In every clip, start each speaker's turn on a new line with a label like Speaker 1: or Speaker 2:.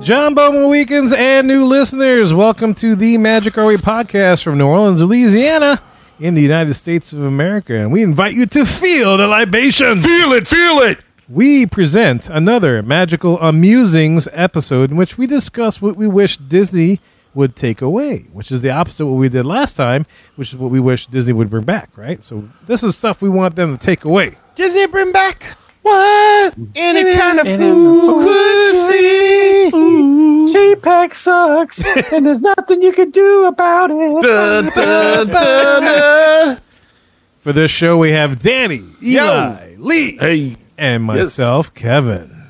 Speaker 1: John Bowman Weekends and new listeners, welcome to the Magic Are We podcast from New Orleans, Louisiana, in the United States of America. And we invite you to feel the libation.
Speaker 2: Feel it, feel it.
Speaker 1: We present another magical amusings episode in which we discuss what we wish Disney would take away, which is the opposite of what we did last time, which is what we wish Disney would bring back, right? So this is stuff we want them to take away.
Speaker 3: Does it bring back what? Any kind of food could see.
Speaker 4: JPEG sucks, and there's nothing you can do about it.
Speaker 2: Dun, dun, dun, dun.
Speaker 1: For this show, we have Danny, Eli, Lee,
Speaker 2: Hey,
Speaker 1: and myself, Kevin.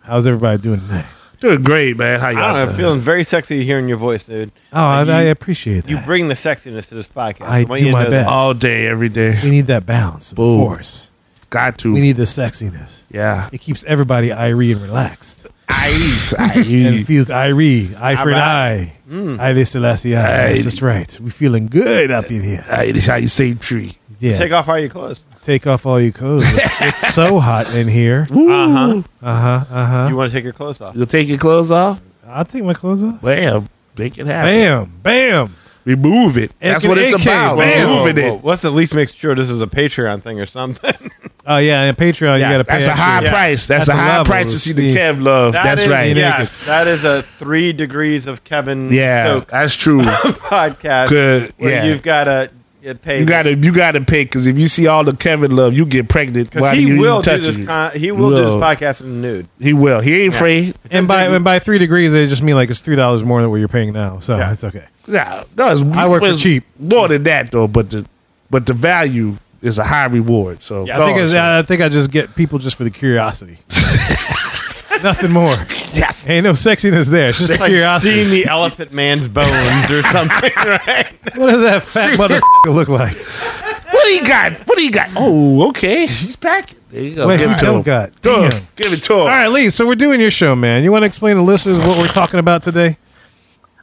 Speaker 1: How's everybody doing tonight?
Speaker 2: doing great, man. How
Speaker 3: I don't
Speaker 2: y'all?
Speaker 3: know. I'm feeling very sexy hearing your voice, dude.
Speaker 1: Oh, I,
Speaker 3: you,
Speaker 1: I appreciate that.
Speaker 3: you bring the sexiness to this podcast.
Speaker 1: I
Speaker 3: want
Speaker 1: do
Speaker 3: you to
Speaker 1: my
Speaker 3: know that.
Speaker 1: best.
Speaker 2: All day, every day.
Speaker 1: we need that balance, the force.
Speaker 2: Got to.
Speaker 1: We need the sexiness.
Speaker 2: yeah.
Speaker 1: It keeps everybody irie and relaxed.
Speaker 2: I,
Speaker 1: And
Speaker 2: I,
Speaker 1: infused irie, eye for an eye. Eye de Selassie eye.
Speaker 2: Aye.
Speaker 1: That's just right. We're feeling good up in here.
Speaker 2: I, how you say tree.
Speaker 1: Yeah.
Speaker 3: Take off all your clothes.
Speaker 1: Take off all your clothes. It's, it's so hot in here.
Speaker 2: Uh huh.
Speaker 1: Uh huh. Uh huh.
Speaker 3: You want to take your clothes off.
Speaker 2: You'll take your clothes off.
Speaker 1: I'll take my clothes off.
Speaker 2: Bam. Make it happen.
Speaker 1: Bam. Bam.
Speaker 2: Remove it. That's
Speaker 1: AK,
Speaker 2: what it's about.
Speaker 1: bam.
Speaker 3: Whoa,
Speaker 2: Removing
Speaker 3: whoa.
Speaker 2: it.
Speaker 3: Let's at least make sure this is a Patreon thing or something.
Speaker 1: Oh yeah, and Patreon,
Speaker 3: Yes,
Speaker 1: you gotta pay.
Speaker 2: That's a
Speaker 1: extra.
Speaker 2: high price. That's,
Speaker 1: That's
Speaker 2: a
Speaker 1: a
Speaker 2: high
Speaker 1: level.
Speaker 2: price to see the
Speaker 1: See.
Speaker 2: Kev love.
Speaker 3: That
Speaker 2: That's
Speaker 3: is-
Speaker 2: right. Yeah.
Speaker 3: Yes, that is a three degrees of Kevin Stoke
Speaker 2: that's true.
Speaker 3: podcast.
Speaker 2: Good,
Speaker 3: Where
Speaker 2: yeah.
Speaker 3: you've got to get paid.
Speaker 2: You gotta, you gotta pick because if you see all the Kevin love, you get pregnant.
Speaker 3: because
Speaker 2: while
Speaker 3: he
Speaker 2: you
Speaker 3: will do
Speaker 2: touch
Speaker 3: this.
Speaker 2: it.
Speaker 3: Con- he will do this
Speaker 2: Will.
Speaker 3: podcast in the nude.
Speaker 2: He will. He ain't afraid.
Speaker 1: And by and by three degrees, they just mean like it's three dollars more than what you're paying now. So
Speaker 3: Yeah.
Speaker 1: it's okay.
Speaker 2: Nah, no, it's,
Speaker 1: I work for
Speaker 2: it's
Speaker 1: cheap.
Speaker 2: More than that though, but the but the value is a high reward. oh, So
Speaker 1: I think it's, uh, I think I just get people just for the curiosity. Nothing more.
Speaker 2: yes.
Speaker 1: Ain't no sexiness there. It's just
Speaker 3: It's like
Speaker 1: curiosity.
Speaker 3: seeing the elephant man's bones or something, right?
Speaker 1: What does that fat motherfucker look like?
Speaker 2: What do you got? What do you got? Oh, okay. He's packing. There you go.
Speaker 1: Wait,
Speaker 2: give
Speaker 1: who
Speaker 2: it to
Speaker 1: don't
Speaker 2: him.
Speaker 1: got?
Speaker 2: Go.
Speaker 1: Damn.
Speaker 2: Give it to him.
Speaker 1: All right, Lee. So we're doing your show, man. You want to explain to listeners what we're talking about today?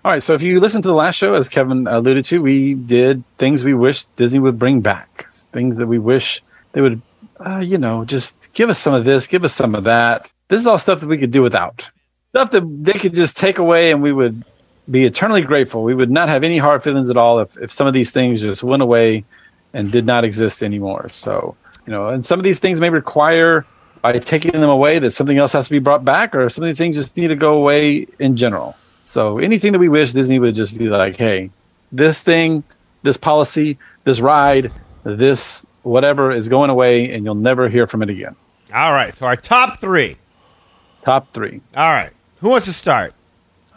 Speaker 4: All right, so if you listen to the last show, as Kevin alluded to, we did things we wish Disney would bring back, things that we wish they would, uh, you know, just give us some of this, give us some of that. This is all stuff that we could do without, stuff that they could just take away, and we would be eternally grateful. We would not have any hard feelings at all if, if some of these things just went away and did not exist anymore. So, you know, and some of these things may require by taking them away that something else has to be brought back, or some of these things just need to go away in general. So, anything that we wish Disney would just be like, hey, this thing, this policy, this ride, this whatever is going away, and you'll never hear from it again.
Speaker 3: All right. So our top three.
Speaker 4: Top three.
Speaker 3: All right. Who wants to start?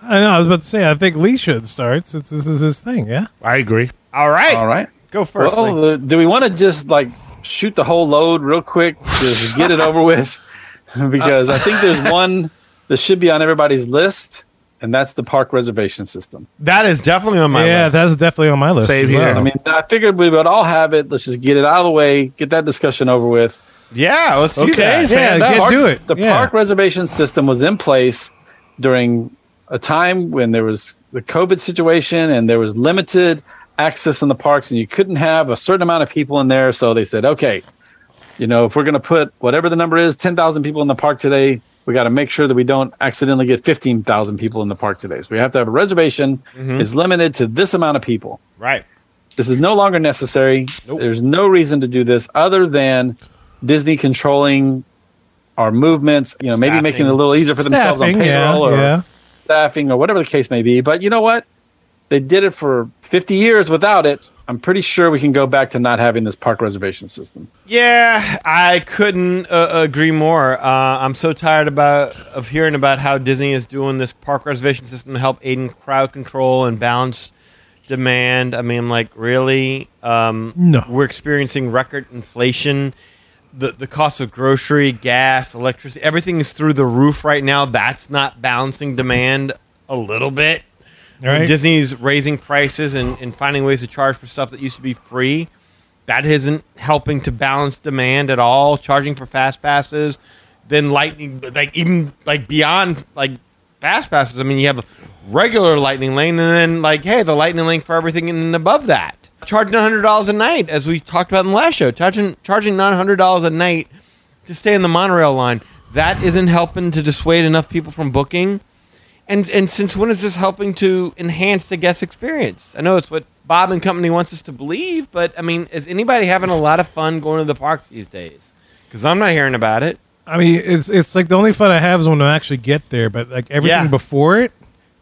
Speaker 1: I know. I was about to say. I think Lee should start since this is his thing. Yeah.
Speaker 2: I agree.
Speaker 3: All right.
Speaker 4: All right.
Speaker 3: Go first.
Speaker 4: Well,
Speaker 3: Lee.
Speaker 4: the- do we want to just like shoot the whole load real quick, just get it over with? because I think there's one that should be on everybody's list, and that's the park reservation system.
Speaker 3: that is definitely on my
Speaker 1: yeah,
Speaker 3: list.
Speaker 1: that's definitely on my list.
Speaker 2: Same
Speaker 1: as
Speaker 2: here.
Speaker 1: well.
Speaker 4: I mean, I figured we would all have it. Let's just get it out of the way, get that discussion over with.
Speaker 3: yeah, let's do
Speaker 2: Okay.
Speaker 3: that.
Speaker 1: yeah,
Speaker 2: enough.
Speaker 1: get,
Speaker 4: Park-
Speaker 1: do it.
Speaker 4: The
Speaker 1: Yeah.
Speaker 4: park reservation system was in place during a time when there was the COVID situation and there was limited access in the parks, and you couldn't have a certain amount of people in there. So they said, okay, you know, if we're going to put whatever the number is, 10,000 people in the park today, we got to make sure that we don't accidentally get 15,000 people in the park today. So we have to have a reservation. It's limited to this amount of people.
Speaker 3: Right.
Speaker 4: This is no longer necessary.
Speaker 3: Nope.
Speaker 4: There's no reason to do this other than Disney controlling our movements, you know, maybe
Speaker 3: Staffing.
Speaker 4: making it a little easier for themselves on
Speaker 1: Staffing, yeah,
Speaker 4: payroll or
Speaker 1: yeah.
Speaker 4: staffing or whatever the case may be. But you know what? They did it for 50 years without it. I'm pretty sure we can go back to not having this park reservation system.
Speaker 3: Yeah, I couldn't uh, agree more. Uh, I'm so tired about of hearing about how Disney is doing this park reservation system to help aid in crowd control and balance demand. I mean, I'm like, really? Um,
Speaker 1: No.
Speaker 3: We're experiencing record inflation. The, the cost of grocery, gas, electricity, everything is through the roof right now. That's not balancing demand a little bit. When
Speaker 1: Right.
Speaker 3: Disney's raising prices and, and finding ways to charge for stuff that used to be free. That isn't helping to balance demand at all. Charging for fast passes, then lightning, like even like beyond like fast passes. I mean, you have a regular lightning lane, and then like hey, the lightning lane for everything, and then above that, charging hundred dollars a night, as we talked about in the last show, charging charging nine hundred dollars a night to stay in the monorail line. That isn't helping to dissuade enough people from booking And and since when is this helping to enhance the guest experience? I know it's what Bob and company wants us to believe, but I mean, is anybody having a lot of fun going to the parks these days? Because I'm not hearing about it.
Speaker 1: I mean, it's it's like the only fun I have is when I actually get there, but like everything
Speaker 3: Yeah.
Speaker 1: before it,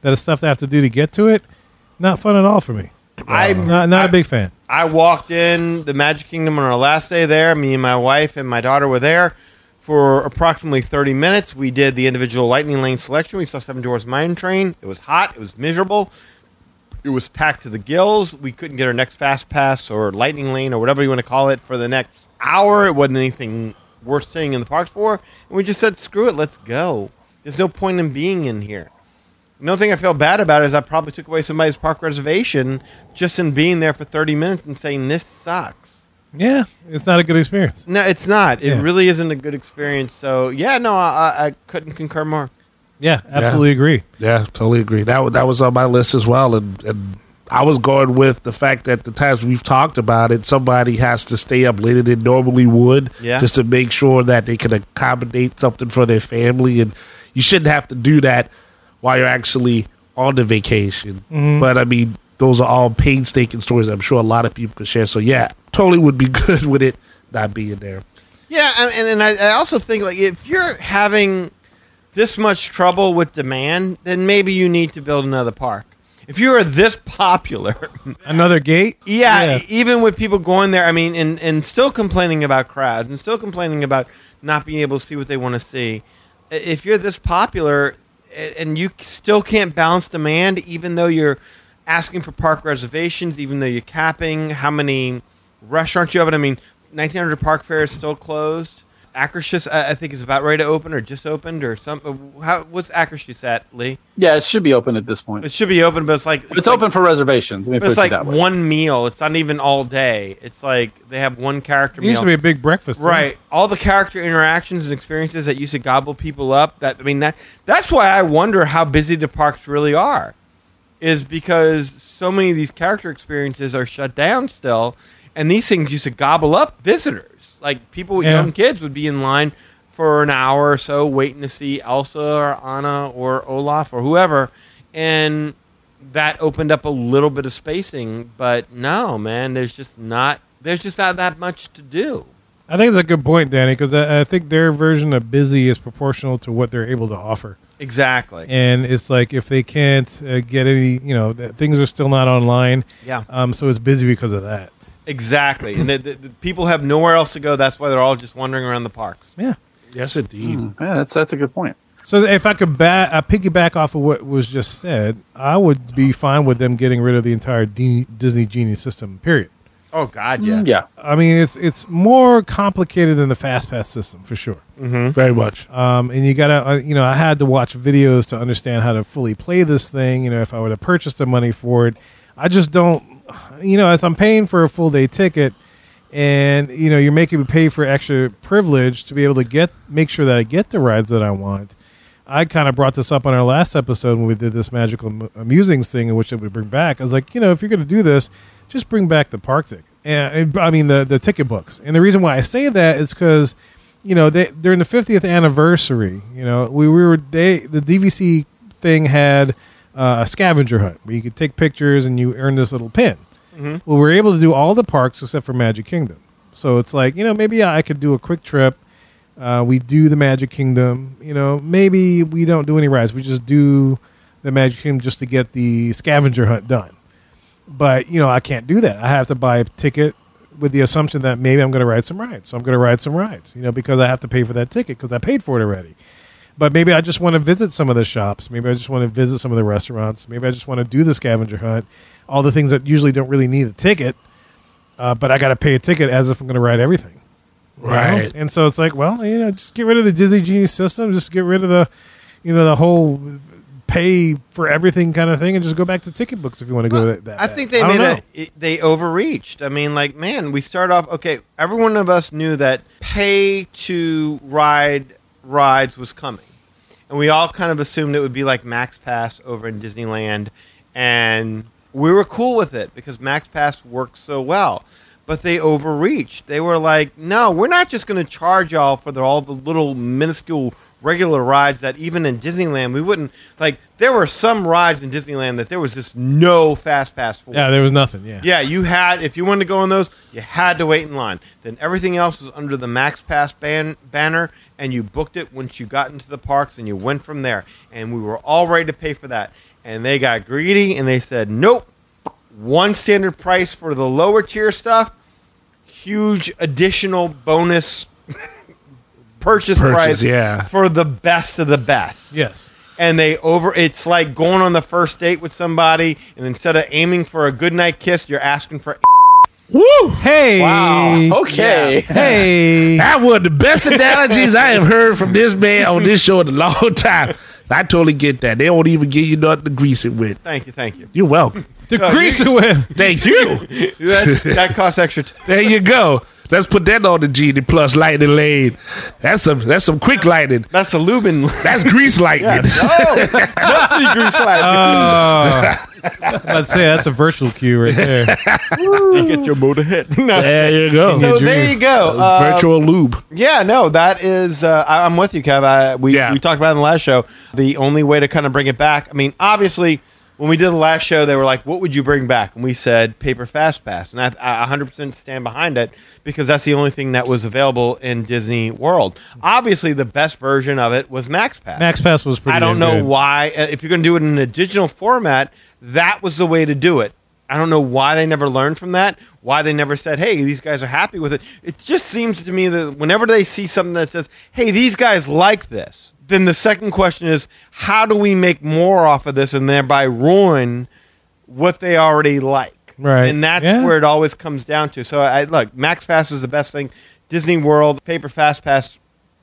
Speaker 1: that is stuff I have to do to get to it, not fun at all for me.
Speaker 3: I'm-
Speaker 1: not not a
Speaker 3: I-
Speaker 1: big fan.
Speaker 3: I walked in the Magic Kingdom on our last day there. Me and my wife and my daughter were there for approximately 30 minutes. We did the individual Lightning Lane selection. We saw Seven Dwarfs Mine Train. It was hot. It was miserable. It was packed to the gills. We couldn't get our next Fast Pass or Lightning Lane or whatever you want to call it for the next hour. It wasn't anything worth staying in the parks for. And we just said, screw it, let's go. There's no point in being in here. Another thing I feel bad about is I probably took away somebody's park reservation just in being there for 30 minutes and saying, this sucks.
Speaker 1: Yeah, it's not a good experience.
Speaker 3: No, it's not. It
Speaker 1: Yeah.
Speaker 3: really isn't a good experience. So, yeah, no, I, I- I couldn't concur more.
Speaker 1: Yeah, absolutely agree.
Speaker 2: Yeah, totally agree. That wa- that was on my list as well, and and I was going with the fact that the times we've talked about it, somebody has to stay up later than normally would,
Speaker 3: Yeah.
Speaker 2: just to make sure that they can accommodate something for their family, and you shouldn't have to do that while you're actually on the vacation. But I mean, those are all painstaking stories. I'm sure a lot of people could share. So yeah, totally would be good with it not being there.
Speaker 3: Yeah, and, and- and I, I also think like if you're having this much trouble with demand, then maybe you need to build another park. If you are this popular,
Speaker 1: Another gate.
Speaker 3: Yeah, e- even with people going there, I mean, and, and still complaining about crowds and still complaining about not being able to see what they want to see. I- If you're this popular a- and you c- still can't balance demand, even though you're asking for park reservations, even though you're capping how many restaurants you have, and I mean, 1900 Park Fair is still closed. Akershus, I, I think, is about ready to open or just opened or some. uh, How, what's Akershus at, Lee?
Speaker 4: Yeah, it should be open at this point.
Speaker 3: It
Speaker 4: It's,
Speaker 3: should be open, but it's like
Speaker 4: it's open for reservations. Let me
Speaker 3: but
Speaker 4: put it
Speaker 3: it's like
Speaker 4: that way.
Speaker 3: one meal. It's not even all day. It's like they have one character
Speaker 1: It used
Speaker 3: meal.
Speaker 1: to be a big breakfast. huh?
Speaker 3: right. All the character interactions and experiences that used to gobble people up. That I mean that that's why I wonder how busy the parks really are. Is because so many of these character experiences are shut down still and these things used to gobble up visitors. Like people with
Speaker 1: Yeah.
Speaker 3: young kids would be in line for an hour or so waiting to see Elsa or Anna or Olaf or whoever and that opened up a little bit of spacing, but no, man, there's just not there's just not that much to do.
Speaker 1: I think it's a good point, Danny, because I, I think their version of busy is proportional to what they're able to offer.
Speaker 3: Exactly.
Speaker 1: And it's like if they can't uh, get any, you know, th- things are still not online.
Speaker 3: yeah.
Speaker 1: Um, so it's busy because of that.
Speaker 3: Exactly. And the, the, the people have nowhere else to go. That's why they're all just wandering around the parks.
Speaker 1: Yeah.
Speaker 2: Yes, indeed.
Speaker 4: yeah, that's that's a good point.
Speaker 1: So if I could ba- uh, piggyback off of what was just said, I would be fine with them getting rid of the entire D- Disney Genie system. Period.
Speaker 3: Oh God,
Speaker 4: Mm, Yeah.
Speaker 3: yeah.
Speaker 1: I mean, it's it's more complicated than the FastPass system for sure.
Speaker 2: Very much.
Speaker 1: Um, and you gotta, uh, you know, I had to watch videos to understand how to fully play this thing. You know, if I were to purchase the money for it, I just don't, you know, as I'm paying for a full day ticket, and you know, you're making me pay for extra privilege to be able to get, make sure that I get the rides that I want. I kind of brought this up on our last episode when we did this magical Am- amusings thing, in which it would bring back. I was like, you know, if you're going to do this, just bring back the park ticket. And and- I mean the the ticket books. And the reason why I say that is because, you know, they during the 50th anniversary, you know, we, we were they the DVC thing had uh, a scavenger hunt where you could take pictures and you earn this little pin. Well, we were able to do all the parks except for Magic Kingdom. So it's like, you know, maybe I could do a quick trip. Uh, we do the Magic Kingdom. You know, maybe we don't do any rides. We just do the Magic Kingdom just to get the scavenger hunt done. But you know, I can't do that. I have to buy a ticket with the assumption that maybe I'm going to ride some rides. So I'm going to ride some rides. You know, because I have to pay for that ticket because I paid for it already. But maybe I just want to visit some of the shops. Maybe I just want to visit some of the restaurants. Maybe I just want to do the scavenger hunt. All the things that usually don't really need a ticket, uh, but I got to pay a ticket as if I'm going to ride everything. You know?
Speaker 2: Right.
Speaker 1: And so it's like, well, you know, just get rid of the Disney Genie system, just get rid of the, you know, the whole pay for everything kind of thing, and just go back to ticket books if you want to go that. that
Speaker 3: I
Speaker 1: bad.
Speaker 3: think they
Speaker 1: don't
Speaker 3: made
Speaker 1: know.
Speaker 3: a, it- they overreached. I mean, like, man, we start off okay. Every one of us knew that pay to ride rides was coming, and we all kind of assumed it would be like Max Pass over in Disneyland, and we were cool with it because Max Pass worked so well. But they overreached. They were like, no, we're not just going to charge y'all for the, all the little minuscule regular rides that even in Disneyland we wouldn't like. There were some rides in Disneyland that there was just no fast pass for.
Speaker 1: Yeah, there was nothing. Yeah.
Speaker 3: Yeah, you had if you wanted to go on those, you had to wait in line. Then everything else was under the Max Pass ban- banner, and you booked it once you got into the parks, and you went from there. And we were all ready to pay for that, and they got greedy and they said, "Nope, one standard price for the lower tier stuff, huge additional bonus
Speaker 2: Purchase,
Speaker 3: purchase, price
Speaker 2: yeah.
Speaker 3: for the best of the best."
Speaker 1: Yes.
Speaker 3: and they over it's like going on the first date with somebody and instead of aiming for a goodnight kiss you're asking for
Speaker 1: Woo! Hey.
Speaker 3: Wow.
Speaker 4: Okay.
Speaker 1: Hey.
Speaker 2: That was the best analogies I have heard from this man on this show in a long time. I totally get that. They won't even give you nothing to grease it with.
Speaker 3: thank you thank you
Speaker 2: You're welcome.
Speaker 3: Oh,
Speaker 1: Decrease it with.
Speaker 2: Thank you.
Speaker 3: that, that costs extra t-
Speaker 2: There you go. Let's put that on the GD Plus Lightning Lane. That's some that's some quick lightning.
Speaker 3: that's a Lubin
Speaker 2: That's grease lightning.
Speaker 3: oh must be grease light
Speaker 1: Uh, let's say that's a virtual cue right there.
Speaker 3: you get your motor hit no.
Speaker 2: There you go.
Speaker 3: so there you go Uh,
Speaker 2: Virtual lube.
Speaker 3: yeah no that is uh, I, I'm with you Kev I, we,
Speaker 2: Yeah.
Speaker 3: we talked about it in the last show the only way to kind of bring it back I mean obviously when we did the last show they were like what would you bring back and we said paper fast pass and I, I 100% stand behind it because that's the only thing that was available in Disney World obviously the best version of it was Max Pass
Speaker 1: Max Pass was pretty.
Speaker 3: I don't
Speaker 1: damn
Speaker 3: know
Speaker 1: good.
Speaker 3: why. uh, If you're going to do it in a digital format, that was the way to do it. I don't know why they never learned from that. Why they never said, "Hey, these guys are happy with it." It just seems to me that whenever they see something that says, "Hey, these guys like this," then the second question is, "How do we make more off of this and thereby ruin what they already like?"
Speaker 1: Right.
Speaker 3: And that's
Speaker 1: Yeah.
Speaker 3: where it always comes down to. So I look, Max Pass is the best thing. Disney World paper fast pass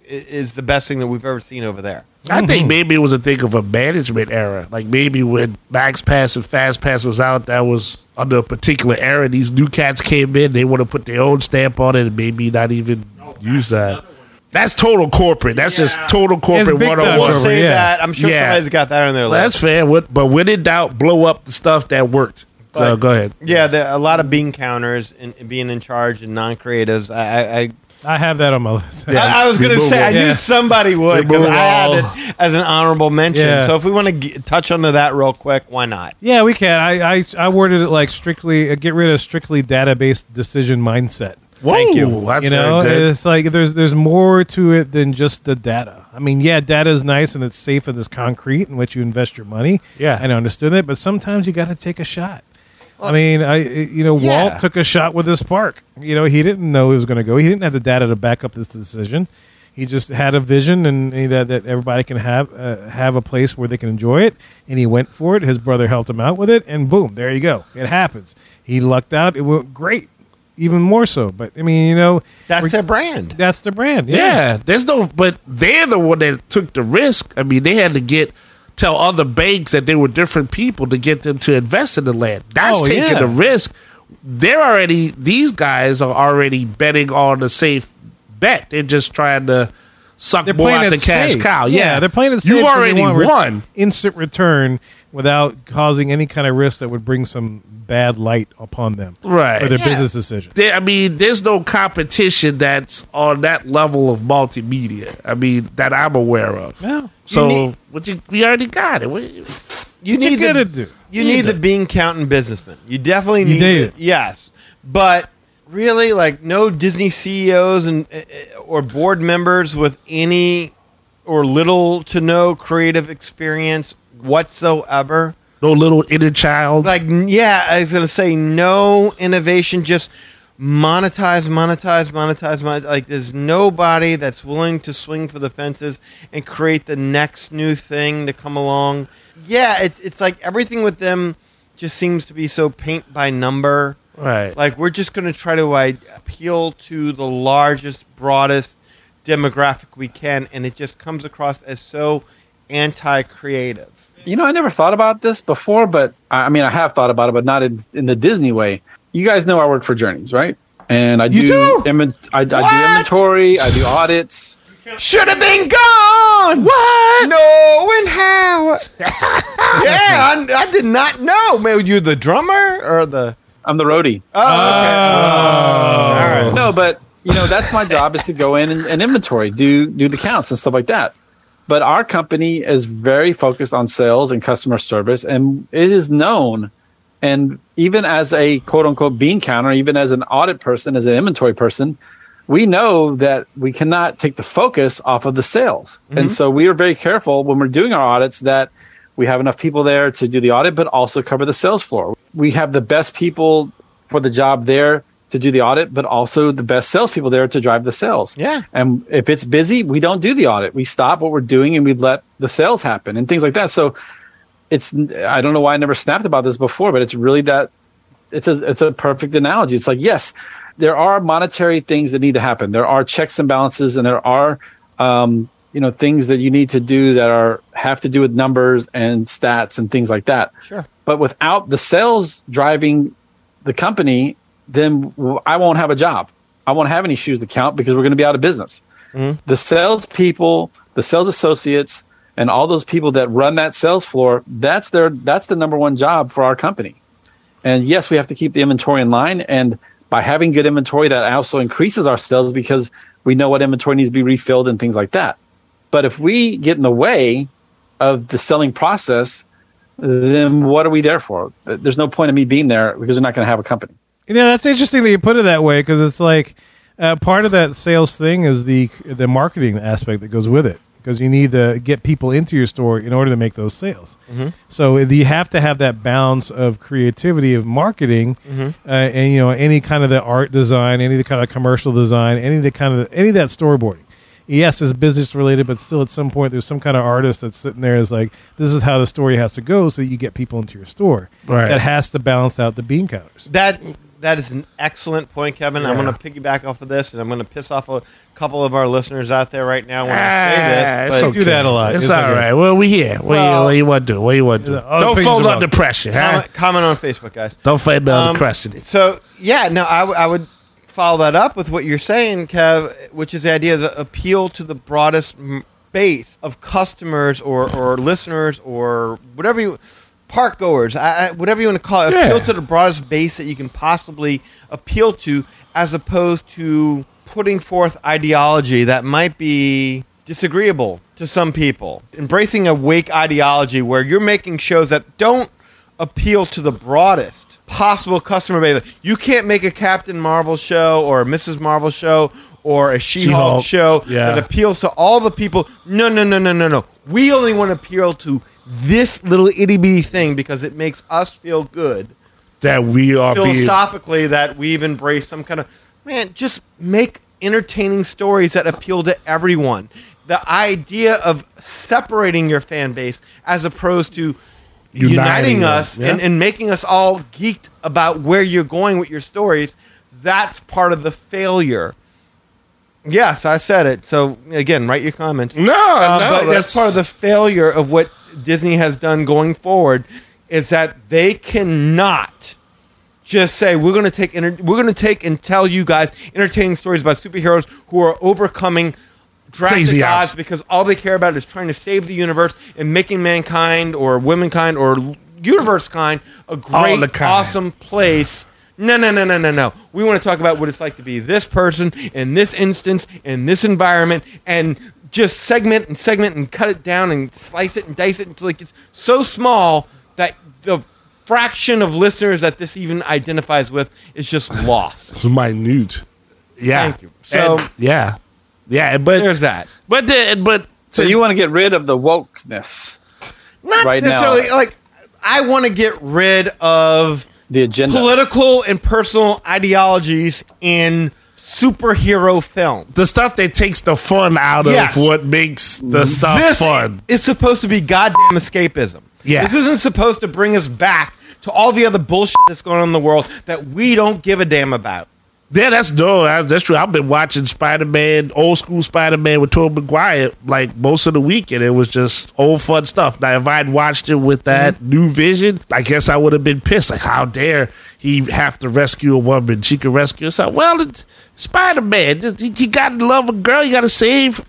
Speaker 3: i- is the best thing that we've ever seen over there.
Speaker 1: Mm-hmm.
Speaker 2: I think maybe it was a thing of a management error. Like maybe when Max Pass and Fast Pass was out, that was under a particular era. These new cats came in, they want to put their own stamp on it and maybe not even use that. That's total corporate. That's just total corporate
Speaker 1: It's big time
Speaker 2: one on
Speaker 3: We'll
Speaker 1: corporate.
Speaker 2: one.
Speaker 3: say
Speaker 1: yeah.
Speaker 3: that. I'm sure
Speaker 2: Yeah.
Speaker 3: somebody's got that on their
Speaker 2: Well, that's
Speaker 3: list.
Speaker 2: fair. What, but when in doubt, blow up the stuff that worked.
Speaker 3: But-
Speaker 2: So go ahead.
Speaker 3: yeah, the, a lot of bean counters and and being in charge and non-creatives. I, I, I,
Speaker 1: I have that on my list.
Speaker 3: I, I was going to
Speaker 2: Remove
Speaker 3: say I
Speaker 1: all.
Speaker 3: knew
Speaker 1: Yeah.
Speaker 3: somebody would because
Speaker 2: Remove
Speaker 3: I had
Speaker 2: all.
Speaker 3: it as an honorable mention.
Speaker 1: Yeah.
Speaker 3: So if we want to touch onto that real quick, why not?
Speaker 1: Yeah, we can. I, I I worded it like strictly uh, get rid of strictly database decision mindset.
Speaker 2: Whoa, Thank you. That's
Speaker 1: you know,
Speaker 2: very good.
Speaker 1: it's like there's there's more to it than just the data. I mean, yeah, data is nice and it's safe and it's concrete in which you invest your money.
Speaker 2: Yeah.
Speaker 1: and I understand that, but sometimes you got to take a shot. I mean, I you know
Speaker 3: yeah.
Speaker 1: Walt took a shot with this park. You know, he didn't know he was going to go. He didn't have the data to back up this decision. He just had a vision and and that that everybody can have uh, have a place where they can enjoy it, and he went for it. His brother helped him out with it, and boom, there you go. It happens. He lucked out. It went great, even more so. But I mean, you know,
Speaker 3: That's
Speaker 1: we're-
Speaker 3: their brand.
Speaker 1: that's the brand.
Speaker 2: Yeah. there's no, but they're the one that took the risk. I mean, they had to get tell other banks that they were different people to get them to invest in the land. That's
Speaker 1: Oh,
Speaker 2: taking
Speaker 1: yeah.
Speaker 2: the risk. They're already these guys are already betting on a safe bet. They're just trying to suck
Speaker 1: They're
Speaker 2: more
Speaker 1: playing
Speaker 2: out
Speaker 1: it
Speaker 2: the cash
Speaker 1: safe.
Speaker 2: cow. Yeah,
Speaker 1: they're playing it safe.
Speaker 2: You
Speaker 1: 'cause they
Speaker 2: already
Speaker 1: want re-
Speaker 2: won.
Speaker 1: instant return without causing any kind of risk that would bring some bad light upon them
Speaker 2: Right.
Speaker 1: for their
Speaker 2: Yeah.
Speaker 1: business decision.
Speaker 2: there, I mean, there's no competition that's on that level of multimedia. I mean, that I'm aware of.
Speaker 1: No.
Speaker 2: So,
Speaker 3: You need-
Speaker 2: what you we already got it. What-
Speaker 3: You
Speaker 1: What you
Speaker 3: need
Speaker 1: gonna
Speaker 3: the,
Speaker 1: do?
Speaker 3: You need the bean counting businessman. You definitely need
Speaker 1: need
Speaker 3: it.
Speaker 1: it.
Speaker 3: Yes, but really, like no Disney CEOs and eh, eh, or board members with any or little to no creative experience whatsoever.
Speaker 2: no little inner child.
Speaker 3: Like, n- yeah, I was gonna say no innovation, just monetize, monetize, monetize, monetize. Like, there's nobody that's willing to swing for the fences and create the next new thing to come along. Yeah, it's it's like everything with them just seems to be so paint by number.
Speaker 2: right.
Speaker 3: Like, we're just gonna try to like, appeal to the largest, broadest demographic we can, and it just comes across as so anti-creative.
Speaker 4: You know, I never thought about this before, but I I mean, I have thought about it, but not in, in the Disney way. You guys know I work for Journeys, right? And I do,
Speaker 3: do?
Speaker 4: Inven- I, I do inventory, I do audits.
Speaker 3: Should have been gone. What? No, and how? yeah, I, I did not know. Man, you the drummer or the?
Speaker 4: I'm the roadie.
Speaker 3: Oh, okay.
Speaker 1: Oh.
Speaker 3: All right.
Speaker 4: No, but you know, that's my job is to go in and, and inventory, do do the counts and stuff like that. But our company is very focused on sales and customer service, and it is known. And even as a quote unquote bean counter, even as an audit person, as an inventory person, we know that we cannot take the focus off of the sales. And so we are very careful when we're doing our audits that we have enough people there to do the audit, but also cover the sales floor. We have the best people for the job there to do the audit, but also the best salespeople there to drive the sales.
Speaker 3: Yeah.
Speaker 4: And if it's busy, we don't do the audit. We stop what we're doing and we let the sales happen and things like that. So it's I don't know why I never snapped about this before, but it's really that it's a it's a perfect analogy. It's like yes, there are monetary things that need to happen. There are checks and balances, and there are um, you know things that you need to do that are have to do with numbers and stats and things like that.
Speaker 3: Sure.
Speaker 4: But without the sales driving the company, then w- I won't have a job. I won't have any shoes to count because we're going to be out of business. The sales people, the sales associates, and all those people that run that sales floor, that's their that's the number one job for our company. And yes, we have to keep the inventory in line. And by having good inventory, that also increases our sales because we know what inventory needs to be refilled and things like that. But if we get in the way of the selling process, then what are we there for? There's no point in me being there because we're not going to have a company.
Speaker 1: Yeah, that's interesting that you put it that way because it's like uh, part of that sales thing is the the marketing aspect that goes with it because you need to get people into your store in order to make those sales. So you have to have that balance of creativity of marketing uh, and you know any kind of the art design, any of the kind of commercial design, any of the kind of any of that storyboarding. Yes, it's business related, but still at some point there's some kind of artist that's sitting there is like, this is how the story has to go so that you get people into your store.
Speaker 2: Right.
Speaker 1: That has to balance out the bean counters.
Speaker 3: That that is an excellent point, Kevin. I'm going to piggyback off of this, and I'm going to piss off a couple of our listeners out there right now when I say this.
Speaker 2: Ah, it's
Speaker 3: But
Speaker 1: do that a lot.
Speaker 2: It's,
Speaker 1: It's
Speaker 2: all
Speaker 1: okay.
Speaker 2: right. Well, we here. What,
Speaker 3: Well-
Speaker 2: you, what you want to do? What you want to do?
Speaker 1: other
Speaker 2: Don't
Speaker 1: things
Speaker 2: fold
Speaker 1: are
Speaker 2: under
Speaker 1: wrong.
Speaker 2: pressure. Huh?
Speaker 3: comment, comment on Facebook, guys.
Speaker 2: Don't fold under
Speaker 3: Um,
Speaker 2: pressure.
Speaker 3: So yeah, no, I, w- I would follow that up with what you're saying, Kev, which is the idea of the appeal to the broadest m- base of customers or, or listeners or whatever you park goers, I, I- whatever you want to call it,
Speaker 2: Yeah.
Speaker 3: appeal to the broadest base that you can possibly appeal to, as opposed to putting forth ideology that might be disagreeable to some people. Embracing a wake ideology where you're making shows that don't appeal to the broadest possible customer base. You can't make a Captain Marvel show or a Mrs. Marvel show or a She-Hulk,
Speaker 2: She-Hulk.
Speaker 3: show
Speaker 2: Yeah.
Speaker 3: that appeals to all the people. No, no, no, no, no, no. We only want to appeal to this little itty bitty thing because it makes us feel good
Speaker 2: that we are being
Speaker 3: philosophically that we've embraced some kind of man just make entertaining stories that appeal to everyone the idea of separating your fan base as opposed to uniting,
Speaker 2: Uniting
Speaker 3: us
Speaker 2: us, yeah.
Speaker 3: and, and making us all geeked about where you're going with your stories that's part of the failure yes i said it so again write your comments
Speaker 2: No,
Speaker 3: uh,
Speaker 2: no,
Speaker 3: but that's, part of the failure of what Disney has done going forward is that they cannot just say we're going to take enter- we're going to take and tell you guys entertaining stories about superheroes who are overcoming drastic
Speaker 2: Crazy
Speaker 3: odds
Speaker 2: odds.
Speaker 3: because all they care about is trying to save the universe and making mankind or womankind or universe kind a
Speaker 2: the
Speaker 3: great
Speaker 2: kind.
Speaker 3: awesome place no no no no no no we want to talk about what it's like to be this person in this instance in this environment and just segment and segment and cut it down and slice it and dice it until it gets so small that the fraction of listeners that this even identifies with is just lost
Speaker 2: It's minute. Yeah.
Speaker 3: Thank you. So-
Speaker 2: And- yeah, yeah, but
Speaker 3: there's that
Speaker 2: but the, but
Speaker 4: So you want to get rid of the wokeness,
Speaker 3: not
Speaker 4: Right now-
Speaker 3: necessarily like i want to get rid of
Speaker 4: the agenda.
Speaker 3: political and personal ideologies in superhero film.
Speaker 2: the stuff that takes the fun out
Speaker 3: Yes.
Speaker 2: of what makes the stuff
Speaker 3: this
Speaker 2: fun.
Speaker 3: is supposed to be goddamn escapism.
Speaker 2: Yeah.
Speaker 3: This isn't supposed to bring us back to all the other bullshit that's going on in the world that we don't give a damn about.
Speaker 2: Yeah, that's no, that- that's true. I've been watching Spider Man, old school Spider Man with Tobey Maguire, like most of the week, and it was just old fun stuff. Now, if I'd watched it with that new vision, I guess I would have been pissed. Like, how dare he have to rescue a woman? She could rescue herself. Well, Spider Man, he, he got to love a girl. You got to save,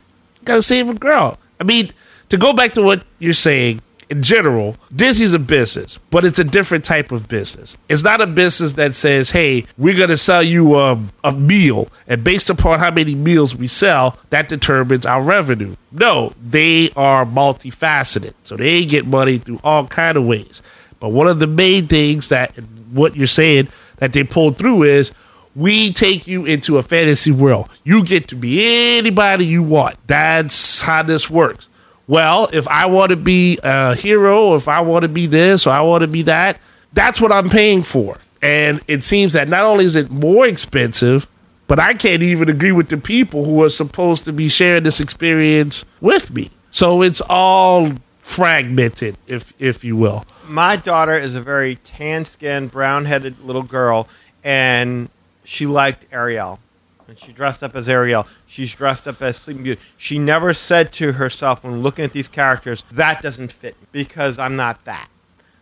Speaker 2: got to save a girl. I mean, to go back to what you're saying, in general, Disney's a business, but it's a different type of business. It's not a business that says, hey, we're going to sell you um, a meal, and based upon how many meals we sell, that determines our revenue. No, they are multifaceted. So they get money through all kind of ways. But one of the main things that what you're saying that they pulled through is we take you into a fantasy world. You get to be anybody you want. That's how this works. Well, if I want to be a hero, or if I want to be this, or I want to be that, that's what I'm paying for. And it seems that not only is it more expensive, but I can't even agree with the people who are supposed to be sharing this experience with me. So it's all fragmented, if if you will.
Speaker 3: my daughter is a very tan skinned, brown headed little girl, and she liked Ariel. And she dressed up as Ariel. She's dressed up as Sleeping Beauty. She never said to herself when looking at these characters, that doesn't fit me because I'm not that.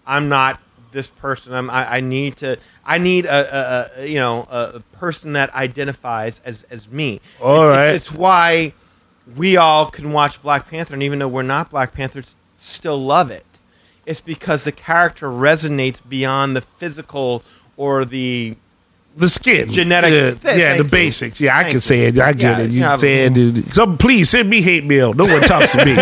Speaker 3: I'm not this person. I'm, I, I need to. I need a, a, a you know a, a person that identifies as as me.
Speaker 2: All
Speaker 3: It's-
Speaker 2: right.
Speaker 3: it's, it's why we all can watch Black Panther, and even though we're not Black Panthers, still love it. It's because the character resonates beyond the physical or the
Speaker 2: the skin,
Speaker 3: Genetic
Speaker 2: yeah,
Speaker 3: thing,
Speaker 2: yeah the
Speaker 3: thank you.
Speaker 2: basics. Yeah, I
Speaker 3: Thank
Speaker 2: can say it. I get
Speaker 3: Yeah,
Speaker 2: it. You
Speaker 3: yeah,
Speaker 2: saying it. So please send me hate mail. No one talks to me.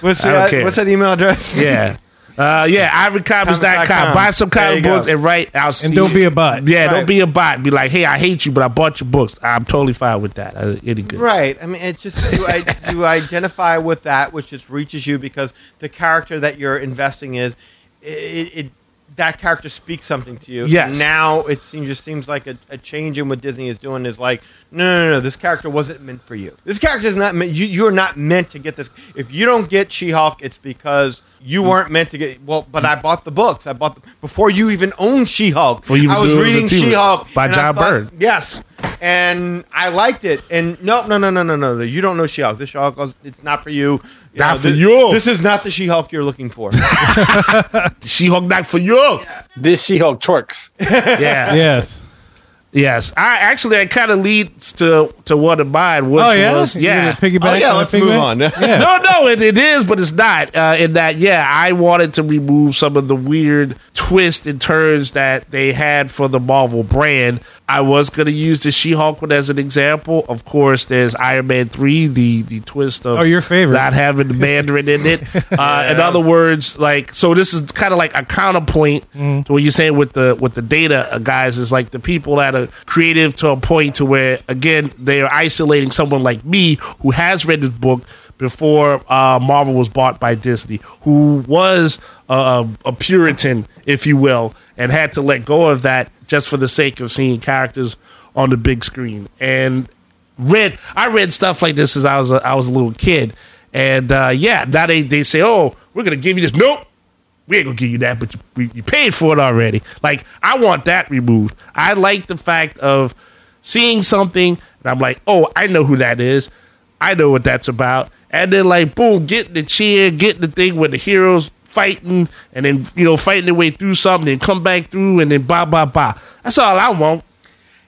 Speaker 3: what's
Speaker 2: I don't
Speaker 3: that,
Speaker 2: care.
Speaker 3: what's that email address?
Speaker 2: Yeah. Uh, yeah, ivycomics.com.
Speaker 3: Comics.com.
Speaker 2: Buy some
Speaker 3: There you
Speaker 2: comic
Speaker 3: go.
Speaker 2: books and write. I'll see
Speaker 1: And don't
Speaker 2: it.
Speaker 1: be a bot.
Speaker 2: Yeah, don't
Speaker 3: Right.
Speaker 2: be a bot. Be like, hey, I hate you, but I bought your books. I'm totally fine with that. Uh, any good?
Speaker 3: Right. I mean, it just you, I, you identify with that which just reaches you because the character that you're investing is it. it that character speaks something to you.
Speaker 2: Yes.
Speaker 3: Now it seems just seems like a, a change in what Disney is doing is like, no, no, no, no, this character wasn't meant for you. This character is not meant. You, you're not meant to get this. If you don't get She-Hulk, it's because you
Speaker 2: Mm.
Speaker 3: weren't meant to get. Well, but I bought the books. I bought the, before you even owned She-Hulk.
Speaker 2: Before you
Speaker 3: I was
Speaker 2: knew it was a
Speaker 3: reading
Speaker 2: TV
Speaker 3: She-Hulk
Speaker 2: by
Speaker 3: and I
Speaker 2: John
Speaker 3: thought-
Speaker 2: Byrne.
Speaker 3: Yes, and I liked it. And no, no, no, no, no, no. You don't know She-Hulk. This She-Hulk, goes- it's not for you. You
Speaker 2: Not
Speaker 3: know,
Speaker 2: for
Speaker 3: this,
Speaker 2: you.
Speaker 3: This is not the She-Hulk you're looking for. Oh,
Speaker 2: She Hulk not for you.
Speaker 4: This She-Hulk twerks.
Speaker 2: Yeah.
Speaker 1: Yes.
Speaker 2: Yes. I actually that kind of leads to to one of mine, which
Speaker 1: Oh yeah.
Speaker 2: was
Speaker 1: You're gonna
Speaker 2: yeah.
Speaker 1: Piggyback
Speaker 3: Oh, yeah,
Speaker 1: on the
Speaker 3: let's move
Speaker 1: piggyback?
Speaker 3: on.
Speaker 1: Yeah.
Speaker 2: no, no, it, it is, but it's not. Uh, in that, yeah, I wanted to remove some of the weird twists and turns that they had for the Marvel brand. I was going to use the She-Hulk one as an example. Of course, there's Iron Man three, the the twist of
Speaker 1: Oh, your favorite.
Speaker 2: not having the Mandarin in it. Uh, In other words, like so, this is kind of like a counterpoint to what you're saying with the with the data uh, guys. Is like the people that are creative to a point to where again they are isolating someone like me who has read this book before uh, Marvel was bought by Disney, who was uh, a Puritan, if you will, and had to let go of that just for the sake of seeing characters on the big screen and read I read stuff like this since I was a, I was a little kid, and uh, yeah, now they they say, oh, we're gonna give you this. Nope, we ain't gonna give you that, but you, we, you paid for it already. Like I want that removed. I like the fact of seeing something, and I'm like, oh, I know who that is. I know what that's about. And then like boom, getting the cheer, getting the thing where the heroes fighting, and then you know fighting their way through something, and come back through, and then ba ba ba. That's all I want.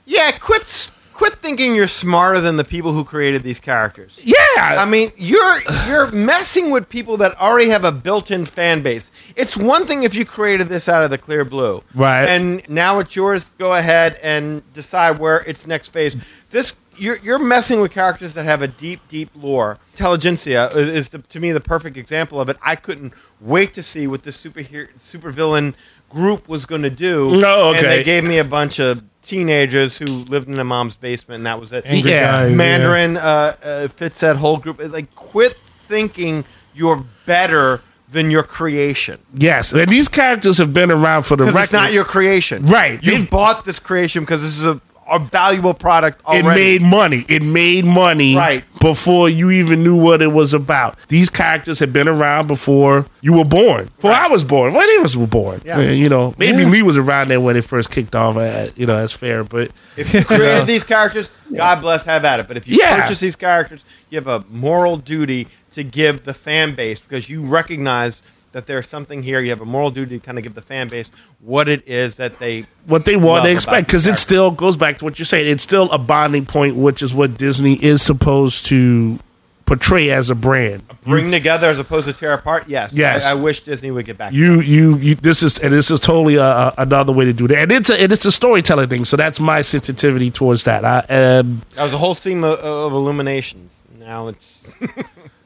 Speaker 3: yeah, quit s- quit thinking you're smarter than the people who created these characters.
Speaker 2: Yeah,
Speaker 3: I mean, you're you're messing with people that already have a built-in fan base. It's one thing if you created this out of the clear blue,
Speaker 2: Right.
Speaker 3: And now it's yours. Go ahead and decide where its next phase. This you're you're messing with characters that have a deep, deep lore. Intelligentsia is, is the, to me the perfect example of it. I couldn't wait to see what the superhero supervillain group was going to do.
Speaker 2: No,
Speaker 3: And
Speaker 2: Oh, okay.
Speaker 3: they gave me a bunch of teenagers who lived in a mom's basement, and that was it.
Speaker 1: Angry
Speaker 2: Yeah.
Speaker 1: guys, yeah.
Speaker 3: Mandarin uh, uh, fits that whole group. It's like, quit thinking you're better than your creation
Speaker 2: yes, and these characters have been around for the
Speaker 3: because
Speaker 2: record.
Speaker 3: it's not your creation,
Speaker 2: Right.
Speaker 3: You
Speaker 2: They've-
Speaker 3: bought this creation because this is a, a valuable product
Speaker 2: it
Speaker 3: already.
Speaker 2: made money. It made money
Speaker 3: Right.
Speaker 2: before you even knew what it was about. These characters had been around before you were born. Before I was born. Before any of us were born.
Speaker 3: Yeah.
Speaker 2: Uh, You know, maybe
Speaker 1: Yeah.
Speaker 2: Lee was around there when it first kicked off. uh, You know, that's fair. But
Speaker 3: if you created these characters, God bless, have at it. But if you
Speaker 2: Yeah.
Speaker 3: purchase these characters, you have a moral duty to give the fan base because you recognize that there's something here. You have a moral duty to kind of give the fan base what it is that they
Speaker 2: what they want,
Speaker 3: Love
Speaker 2: they
Speaker 3: about
Speaker 2: expect.
Speaker 3: these
Speaker 2: Because it
Speaker 3: characters.
Speaker 2: still goes back to what you're saying. It's still a bonding point, which is what Disney is supposed to portray as a brand.
Speaker 3: Bring together as opposed to tear apart. Yes.
Speaker 2: Yes.
Speaker 3: I, I wish Disney would get back.
Speaker 2: You, you, you. This is and this is totally a, a, another way to do that, and it's a and it's a storytelling thing. So that's my sensitivity towards that. I, um,
Speaker 3: that was a whole theme of, of Illuminations. Now it's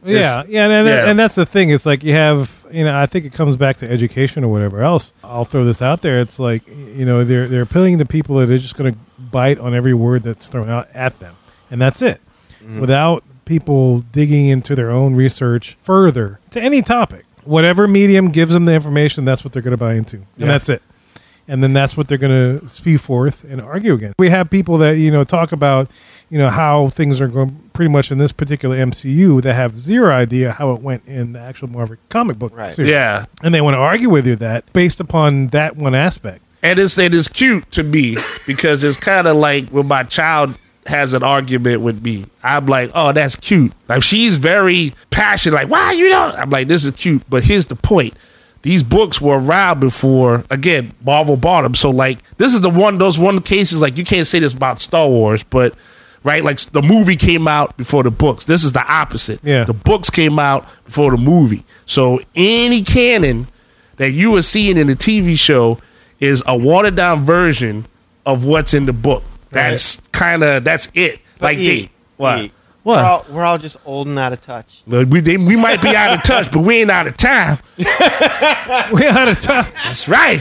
Speaker 1: Yeah, yeah, and, and,
Speaker 2: yeah.
Speaker 1: and that's the thing. It's like you have, you know, I think it comes back to education or whatever else. I'll throw this out there. It's like, you know, they're they're appealing to people that are just going to bite on every word that's thrown out at them, and that's it,
Speaker 3: Mm-hmm.
Speaker 1: without people digging into their own research further to any topic. Whatever medium gives them the information, that's what they're going to buy into, and
Speaker 2: Yeah.
Speaker 1: that's it and then that's what they're going to spew forth and argue against. We have people that you know talk about you know how things are going pretty much in this particular MCU that have zero idea how it went in the actual Marvel comic book
Speaker 3: Right.
Speaker 1: series,
Speaker 2: yeah,
Speaker 1: and they want to argue with you that based upon that one aspect.
Speaker 2: and it's it is cute to me because it's kind of like when my child has an argument with me, I'm like, oh, that's cute. Like she's very passionate, like why you don't? I'm like, this is cute, but here's the point. These books were around before, again, Marvel bought them. So, like, this is the one, those one cases, like, you can't say this about Star Wars, but, right? Like, the movie came out before the books. This is the opposite.
Speaker 1: Yeah.
Speaker 2: The books came out before the movie. So, any canon that you are seeing in the TV show is a watered down version of what's in the book. That's kind of that's it. like
Speaker 3: E,
Speaker 2: they, what?
Speaker 3: E,
Speaker 2: What?
Speaker 3: We're all, we're all just old and out of touch.
Speaker 2: Look, we they, we might be out of touch, but we ain't out of time.
Speaker 1: we had a time.
Speaker 2: That's right.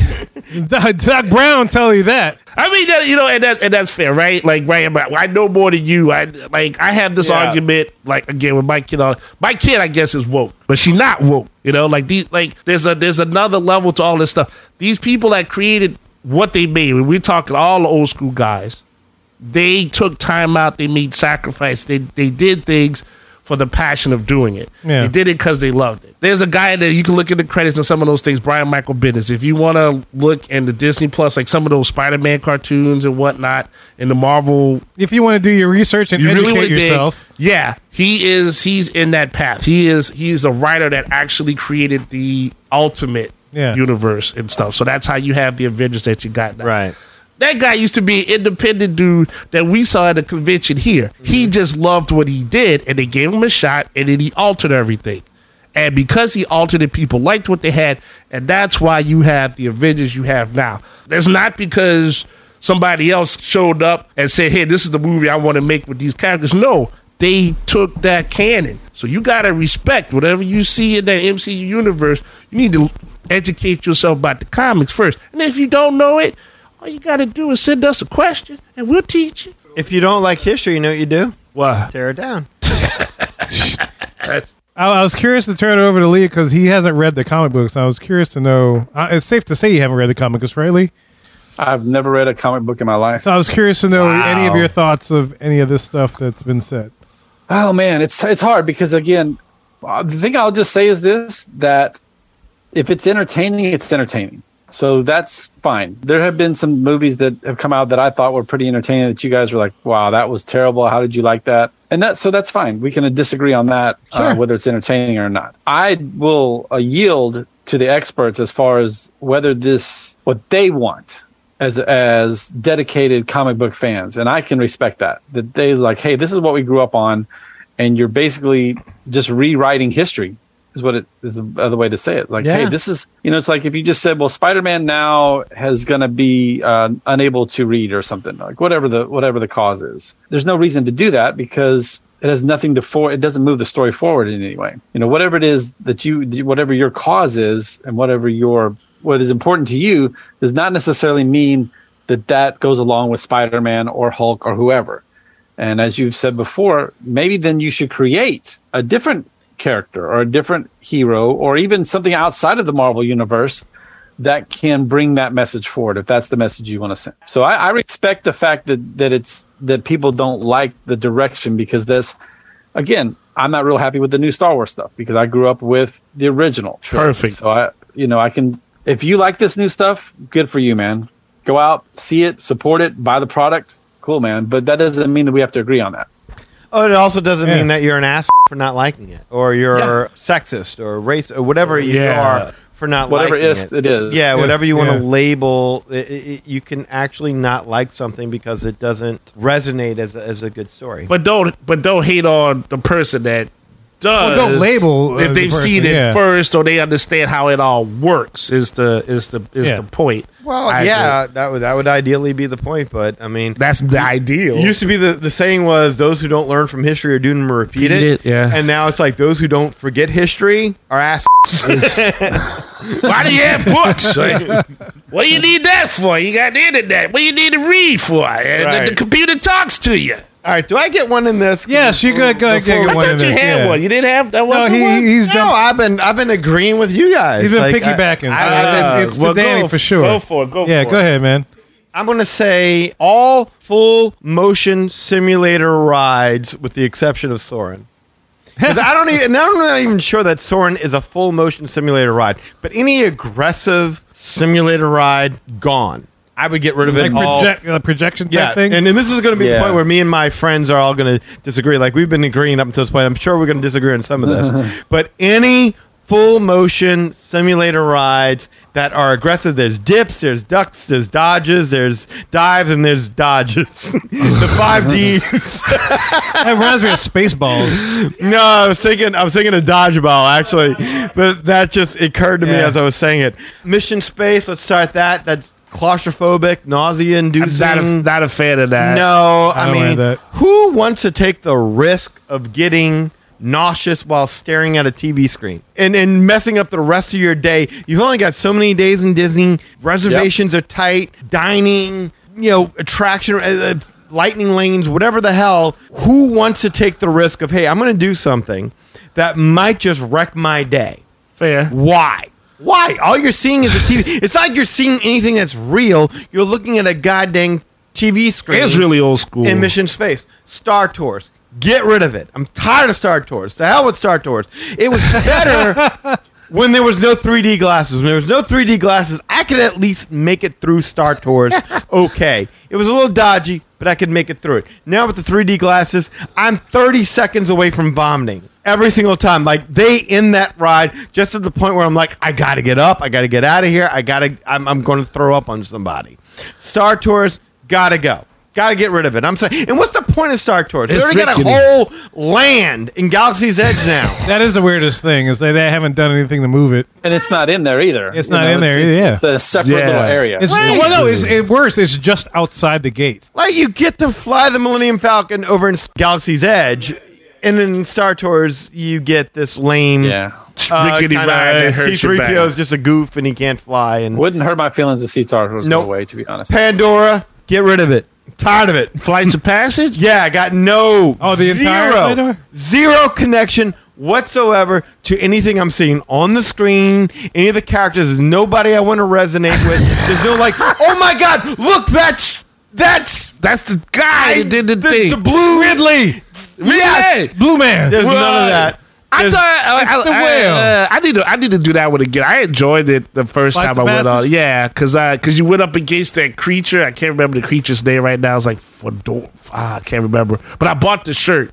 Speaker 1: Doc Doc Brown tell you that.
Speaker 2: I mean, that, you know, and that and that's fair, right? Like, right? I'm- I know more than you. I like I have this
Speaker 3: Yeah.
Speaker 2: argument, like again with my kid. On my kid, I guess is woke, but she not woke. You know, like these, like there's a there's another level to all this stuff. These people that created what they made. When we're talking all the old school guys, they took time out. They made sacrifice. They they did things for the passion of doing it.
Speaker 1: Yeah.
Speaker 2: They did it because they loved it. There's a guy that you can look at the credits and some of those things. Brian Michael Bendis. If you want to look in the Disney Plus, like some of those Spider Man cartoons and whatnot, and the Marvel
Speaker 1: If you want to do your research and educate
Speaker 2: wanna dig-
Speaker 1: yourself,
Speaker 2: yeah, he is. He's in that path. He is. He's a writer that actually created the ultimate
Speaker 1: Yeah.
Speaker 2: universe and stuff. So that's how you have the Avengers that you got. Now.
Speaker 3: Right.
Speaker 2: That guy used to be an independent dude that we saw at a convention here. He just loved what he did, and they gave him a shot, and then he altered everything. And because he altered it, people liked what they had, and that's why you have the Avengers you have now. That's not because somebody else showed up and said, "Hey, this is the movie I want to make with these characters." No, they took that canon. So you gotta respect whatever you see in that MCU universe. You need to educate yourself about the comics first, and if you don't know it, all you gotta do is send us a question, and we'll teach you.
Speaker 3: If you don't like history, you know what you do?
Speaker 2: What?
Speaker 3: Tear it down.
Speaker 1: I, I was curious to turn it over to Lee because he hasn't read the comic books. I was curic to know. Uh, it's safe to say you haven't read the comic books, right, Lee?
Speaker 4: I've never read a comic book in my life.
Speaker 1: So I was curious to know
Speaker 2: Wow.
Speaker 1: any of your thoughts of any of this stuff that's been said.
Speaker 4: Oh man, it's it's hard because again, uh, the thing I'll just say is this: that if it's entertaining, it's entertaining. So that's fine. There have been some movies that have come out that I thought were pretty entertaining that you guys were like, "Wow, that was terrible. How did you like that?" And that so that's fine. We can disagree on that uh, whether it's entertaining or not. I will uh, yield to the experts as far as whether this what they want as as dedicated comic book fans and i can respect that that they like hey this is what we grew up on and you're basically just rewriting history is what it is the other way to say it like hey
Speaker 3: Yeah.
Speaker 4: this is you know it's like if you just said well spider-man now has gonna be uh, unable to read or something like whatever the whatever the cause is there's no reason to do that because it has nothing to for it doesn't move the story forward in any way you know whatever it is that you whatever your cause is and whatever your what is important to you does not necessarily mean that that goes along with spider-man or hulk or whoever and as you've said before maybe then you should create a different character or a different hero or even something outside of the marvel universe that can bring that message forward if that's the message you want to send. So I, I respect the fact that that it's that people don't like the direction because this again, I'm not real happy with the new Star Wars stuff because I grew up with the original. trilogy.
Speaker 2: Perfect.
Speaker 4: So I you know, I can if you like this new stuff, good for you, man. Go out, see it, support it, buy the product. Cool, man. But that doesn't mean that we have to agree on that.
Speaker 3: Oh, it also doesn't
Speaker 1: Yeah.
Speaker 3: mean that you're an ass for not liking it, or you're sexist or racist or whatever you
Speaker 2: Yeah.
Speaker 3: are for not
Speaker 4: Whatever
Speaker 3: liking
Speaker 4: ist it is.
Speaker 3: Yeah,
Speaker 1: Yes,
Speaker 3: whatever you want
Speaker 1: yeah.
Speaker 3: to label, i i i you can actually not like something because it doesn't resonate as a, as a good story.
Speaker 2: But don't but don't hate on the person that does.
Speaker 1: don't label, uh,
Speaker 2: if
Speaker 1: the
Speaker 2: they've
Speaker 1: person,
Speaker 2: seen it
Speaker 1: yeah.
Speaker 2: first or they understand how it all works. Is the is the is
Speaker 1: Yeah.
Speaker 2: the point?
Speaker 3: Well,
Speaker 2: I
Speaker 3: yeah,
Speaker 2: agree.
Speaker 3: that would that would ideally be the point, but I mean,
Speaker 2: that's the ideal.
Speaker 3: It used to be the, the saying was those who don't learn from history are doomed to repeat it.
Speaker 2: Repeat it, yeah.
Speaker 3: And now it's like those who don't forget history are ass.
Speaker 2: Why do you have books? Like, what do you need that for? You got the internet. What do you need to read for? And the- the,
Speaker 3: Right.
Speaker 2: computer talks to you.
Speaker 3: All right, do I get one in this?
Speaker 1: Yes, you got- got-
Speaker 3: Before-
Speaker 1: got
Speaker 2: I
Speaker 1: One
Speaker 2: thought
Speaker 1: of
Speaker 2: you
Speaker 1: those,
Speaker 2: had
Speaker 1: yeah.
Speaker 2: one. You didn't have that
Speaker 1: No,
Speaker 2: wasn't
Speaker 1: he,
Speaker 2: one?
Speaker 1: he's
Speaker 3: No,
Speaker 1: jumping.
Speaker 3: I've been I've been agreeing with you guys.
Speaker 1: He's been
Speaker 3: Like,
Speaker 1: piggybacking.
Speaker 3: I, I, have
Speaker 1: Uh,
Speaker 3: been,
Speaker 1: it's to
Speaker 2: well, go
Speaker 1: Danny
Speaker 2: f-
Speaker 1: for sure.
Speaker 2: go for it, go
Speaker 1: yeah,
Speaker 2: for
Speaker 1: go
Speaker 2: it.
Speaker 1: ahead, man.
Speaker 3: I'm going to say all full motion simulator rides, with the exception of Soren. 'Cause I don't even. Now I'm not even sure that Soren is a full motion simulator ride, but any aggressive simulator ride, gone. I would get rid of
Speaker 1: Like
Speaker 3: it all.
Speaker 1: project, uh, projection type
Speaker 3: Yeah,
Speaker 1: thing.
Speaker 3: and, and this is going to be
Speaker 4: Yeah.
Speaker 3: the point where me and my friends are all going to disagree. Like we've been agreeing up until this point. I'm sure we're going to disagree on some of this, but any full motion simulator rides that are aggressive. There's dips, there's ducks, there's dodges, there's dives, and there's dodges. the five Ds.
Speaker 1: that reminds me of Spaceballs.
Speaker 3: No, I was thinking I was thinking of dodgeball actually, but that just occurred to me
Speaker 1: Yeah.
Speaker 3: as I was saying it. Mission space. Let's start that. That's claustrophobic, nausea
Speaker 2: I'm
Speaker 3: inducing.
Speaker 2: not a, not a fan of that.
Speaker 3: No,
Speaker 1: I
Speaker 3: I,
Speaker 1: don't like
Speaker 3: mean,
Speaker 1: that.
Speaker 3: who wants to take the risk of getting nauseous while staring at a TV screen and and messing up the rest of your day? You've only got so many days in Disney. Reservations are tight. Dining, you know, attraction. Uh, uh, Lightning lanes, whatever the hell, who wants to take the risk of, hey, I'm going to do something that might just wreck my day?
Speaker 2: fair.
Speaker 3: Why? Why? All you're seeing is a TV. it's not like you're seeing anything that's real. You're looking at a goddamn TV screen
Speaker 2: It's really old school.
Speaker 3: in Mission Space. Star Tours. Get rid of it. I'm tired of Star Tours. To hell with Star Tours. It was better when there was no 3D glasses. When there was no 3D glasses, I could at least make it through Star Tours okay. It was a little dodgy, but I could make it through it. Now with the 3D glasses, I'm 30 seconds away from vomiting. Every single time, like they end that ride, just at the point where I'm like, I gotta get up, I gotta get out of here, I gotta, I'm, I'm going to throw up on somebody. Star Tours, gotta go. Got to get rid of it. I'm sorry. And what's the point of Star Tours? They
Speaker 2: It's
Speaker 3: already got a
Speaker 2: rickety.
Speaker 3: whole land in Galaxy's Edge now.
Speaker 1: That is the weirdest thing is that they haven't done anything to move it.
Speaker 4: and it's not in there either.
Speaker 1: It's not in there
Speaker 4: It's,
Speaker 1: either,
Speaker 4: it's a separate
Speaker 2: Yeah.
Speaker 4: little area.
Speaker 1: It's well, no, it's it worse. It's just outside the gate.
Speaker 3: like you get to fly the Millennium Falcon over in Galaxy's Edge, and in Star Tours you get this lame.
Speaker 4: yeah,
Speaker 3: Uh,
Speaker 2: Rickety
Speaker 3: kinda,
Speaker 2: ride that
Speaker 3: uh,
Speaker 2: hurts your back.
Speaker 3: C-3PO is just a goof and he can't fly. And
Speaker 4: wouldn't hurt my feelings to see Star Wars
Speaker 3: Nope.
Speaker 4: go away. To be honest,
Speaker 3: Pandora, get rid of it. Tired of it.
Speaker 2: Flights of Passage?
Speaker 3: Yeah, I got no.
Speaker 1: Oh, the entire Pandora?
Speaker 3: zero, zero connection whatsoever to anything I'm seeing on the screen. Any of the characters, there's nobody I want to resonate with. There's no like, oh my god, look, that's that's
Speaker 2: That's the guy that did the,
Speaker 3: the,
Speaker 2: thing.
Speaker 3: the blue Ridley. Yes,
Speaker 2: Ridley!
Speaker 1: Blue man.
Speaker 3: there's
Speaker 2: Well,
Speaker 3: none of that.
Speaker 2: I
Speaker 3: There's-
Speaker 2: thought I,
Speaker 1: it's the
Speaker 2: I, I,
Speaker 1: whale.
Speaker 2: uh, I need to I need to do that one again. I enjoyed it the first
Speaker 1: Flights
Speaker 2: time I
Speaker 1: of
Speaker 2: went on.
Speaker 1: Passage?
Speaker 2: Yeah, because because you went up against that creature. I can't remember the creature's name right now. It's like Fedor. Ah, I can't remember. But I bought the shirt.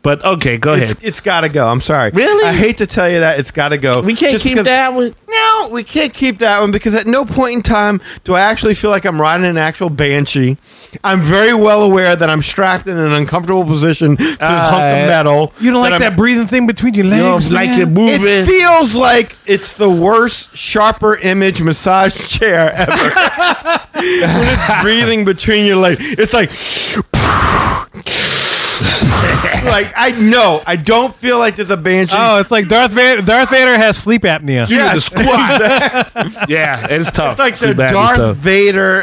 Speaker 2: But okay, go
Speaker 3: It's,
Speaker 2: ahead.
Speaker 3: it's got to go. I'm sorry.
Speaker 2: Really?
Speaker 3: I hate to tell you that. It's got to go.
Speaker 2: We can't
Speaker 3: Just
Speaker 2: keep
Speaker 3: because-
Speaker 2: that one.
Speaker 3: No, we can't keep that one because at no point in time do I actually feel like I'm riding an actual banshee. I'm very well aware that I'm strapped in an uncomfortable position to this hunk
Speaker 2: Uh,
Speaker 3: of metal.
Speaker 1: you don't like
Speaker 3: I'm-
Speaker 1: that breathing thing between your
Speaker 2: You know,
Speaker 1: legs.
Speaker 2: like
Speaker 1: man?
Speaker 2: it moving.
Speaker 3: It feels like it's the worst sharper image massage chair ever. when it's breathing between your legs, it's like. like I know, I don't feel like there's a banshee.
Speaker 1: Oh, it's like Darth Vader. Darth Vader has sleep apnea.
Speaker 2: the squat. yeah, it's tough.
Speaker 3: It's like
Speaker 2: Too
Speaker 3: the
Speaker 2: bad it's
Speaker 3: Darth
Speaker 2: tough.
Speaker 3: Vader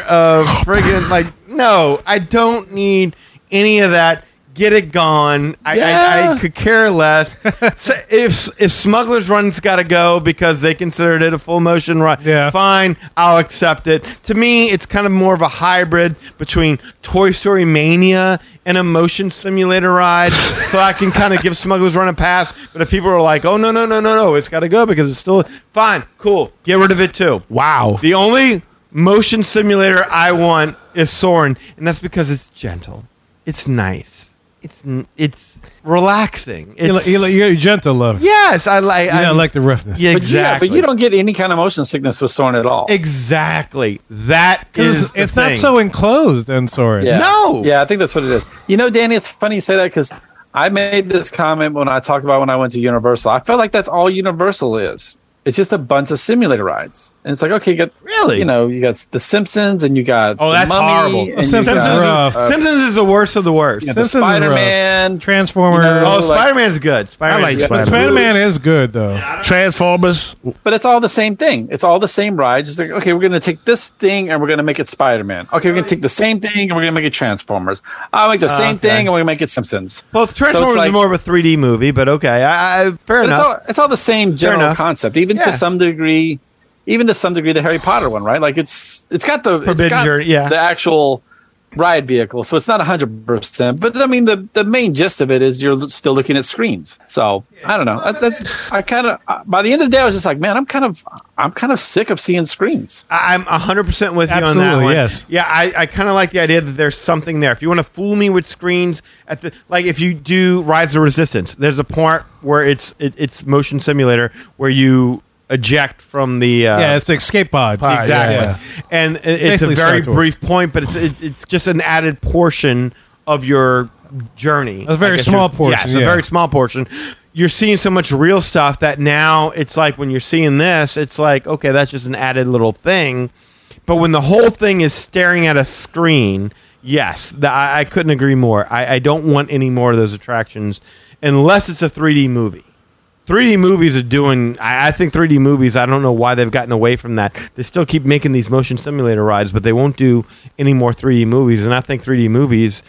Speaker 3: of friggin' like no, I don't need any of that. Get it gone. I, I,
Speaker 2: Yeah.
Speaker 3: I could care less. so if if Smuggler's Run's got to go because they considered it a full motion run,
Speaker 1: Yeah.
Speaker 3: fine, I'll accept it. To me, it's kind of more of a hybrid between Toy Story Mania and a motion simulator ride. so I can kind of give Smuggler's Run a pass. But if people are like, "Oh no, no, no, no, no, it's got to go because it's still fine, cool, get rid of it too."
Speaker 2: Wow.
Speaker 3: The only motion simulator I want is Soren, and that's because it's gentle. It's nice. It's n- it's relaxing.
Speaker 1: You
Speaker 3: It's,
Speaker 1: li- you li- you're gentle, love.
Speaker 3: yes, I like.
Speaker 1: You
Speaker 3: I
Speaker 1: don't like the roughness.
Speaker 3: yeah,
Speaker 4: but yeah,
Speaker 3: exactly.
Speaker 4: but you don't get any kind of motion sickness with Soren at all.
Speaker 3: exactly. That
Speaker 1: 'Cause
Speaker 3: is. the
Speaker 1: it's not
Speaker 3: thing.
Speaker 1: so enclosed and Soren.
Speaker 4: Yeah.
Speaker 3: No.
Speaker 4: Yeah, I think that's what it is. You know, Danny, it's funny you say that because I made this comment when I talked about when I went to Universal. I felt like that's all Universal is. It's just a bunch of simulator rides, and it's like okay, you got
Speaker 3: Really?
Speaker 4: you know, you got The Simpsons, and you got
Speaker 3: Oh,
Speaker 4: The
Speaker 3: that's
Speaker 4: Mummy,
Speaker 3: horrible.
Speaker 4: and
Speaker 1: The
Speaker 4: you
Speaker 1: Simpsons
Speaker 4: got,
Speaker 1: is rough.
Speaker 4: uh,
Speaker 3: Simpsons is the worst of the worst.
Speaker 4: you know,
Speaker 1: Simpsons
Speaker 4: the
Speaker 1: is rough.
Speaker 4: Spider Man.
Speaker 1: Transformers.
Speaker 4: You know,
Speaker 3: Oh,
Speaker 4: like-
Speaker 3: Spider Man's good. Spider
Speaker 2: like
Speaker 3: Man's
Speaker 2: Spider-Man.
Speaker 1: Spider Man is good though.
Speaker 2: Transformers.
Speaker 4: But it's all the same thing. It's all the same rides. It's like, okay, we're going to take this thing and we're going to make it Spider Man. Okay, we're going to take the same thing and we're going to make it Transformers. I'll make the same
Speaker 3: okay.
Speaker 4: thing and we're going to make it Simpsons.
Speaker 3: Well, Transformers
Speaker 4: like-
Speaker 3: is more of a 3D movie, but okay, I, I, fair
Speaker 4: But it's
Speaker 3: enough.
Speaker 4: all, it's all the same general
Speaker 3: enough.
Speaker 4: concept, even
Speaker 3: Yeah.
Speaker 4: to some degree, even to some degree, the Harry Potter one, right? Like it's it's got the it's
Speaker 3: Forbidden
Speaker 4: got
Speaker 3: Journey, yeah.
Speaker 4: the actual ride vehicle, so it's not hundred percent. But I mean, the the main gist of it is you're still looking at screens. So I don't know. That's- That's I kind of by the end of the day, I was just like, man, I'm kind of I'm kind of sick of seeing screens.
Speaker 3: I- I'm 100% with you on that
Speaker 1: Absolutely,
Speaker 3: one.
Speaker 1: yes.
Speaker 3: Yeah, I, I kind of like the idea that there's something there. If you want to fool me with screens at the like if you do Rise of the Resistance, there's a part where it's it, it's motion simulator where you eject from the uh,
Speaker 1: yeah, it's the escape pod.
Speaker 3: exactly.
Speaker 1: Yeah.
Speaker 3: And it- it's
Speaker 1: Basically
Speaker 3: a
Speaker 1: Star
Speaker 3: very
Speaker 1: Tours.
Speaker 3: brief point, but it's it, it's just an added portion of your journey.
Speaker 1: A very
Speaker 3: I guess
Speaker 1: small
Speaker 3: you're-
Speaker 1: portion,
Speaker 3: Yeah, it's a
Speaker 1: yeah.
Speaker 3: very small portion. You're seeing so much real stuff that now it's like when you're seeing this, it's like okay, that's just an added little thing. But when the whole thing is staring at a screen, yes, the, I, I couldn't agree more. I, I don't want any more of those attractions unless it's a 3D movie. 3D movies are doing. I, I think 3D movies. I don't know why they've gotten away from that. They still keep making these motion simulator rides, but they won't do any more 3D movies. And I think 3D movies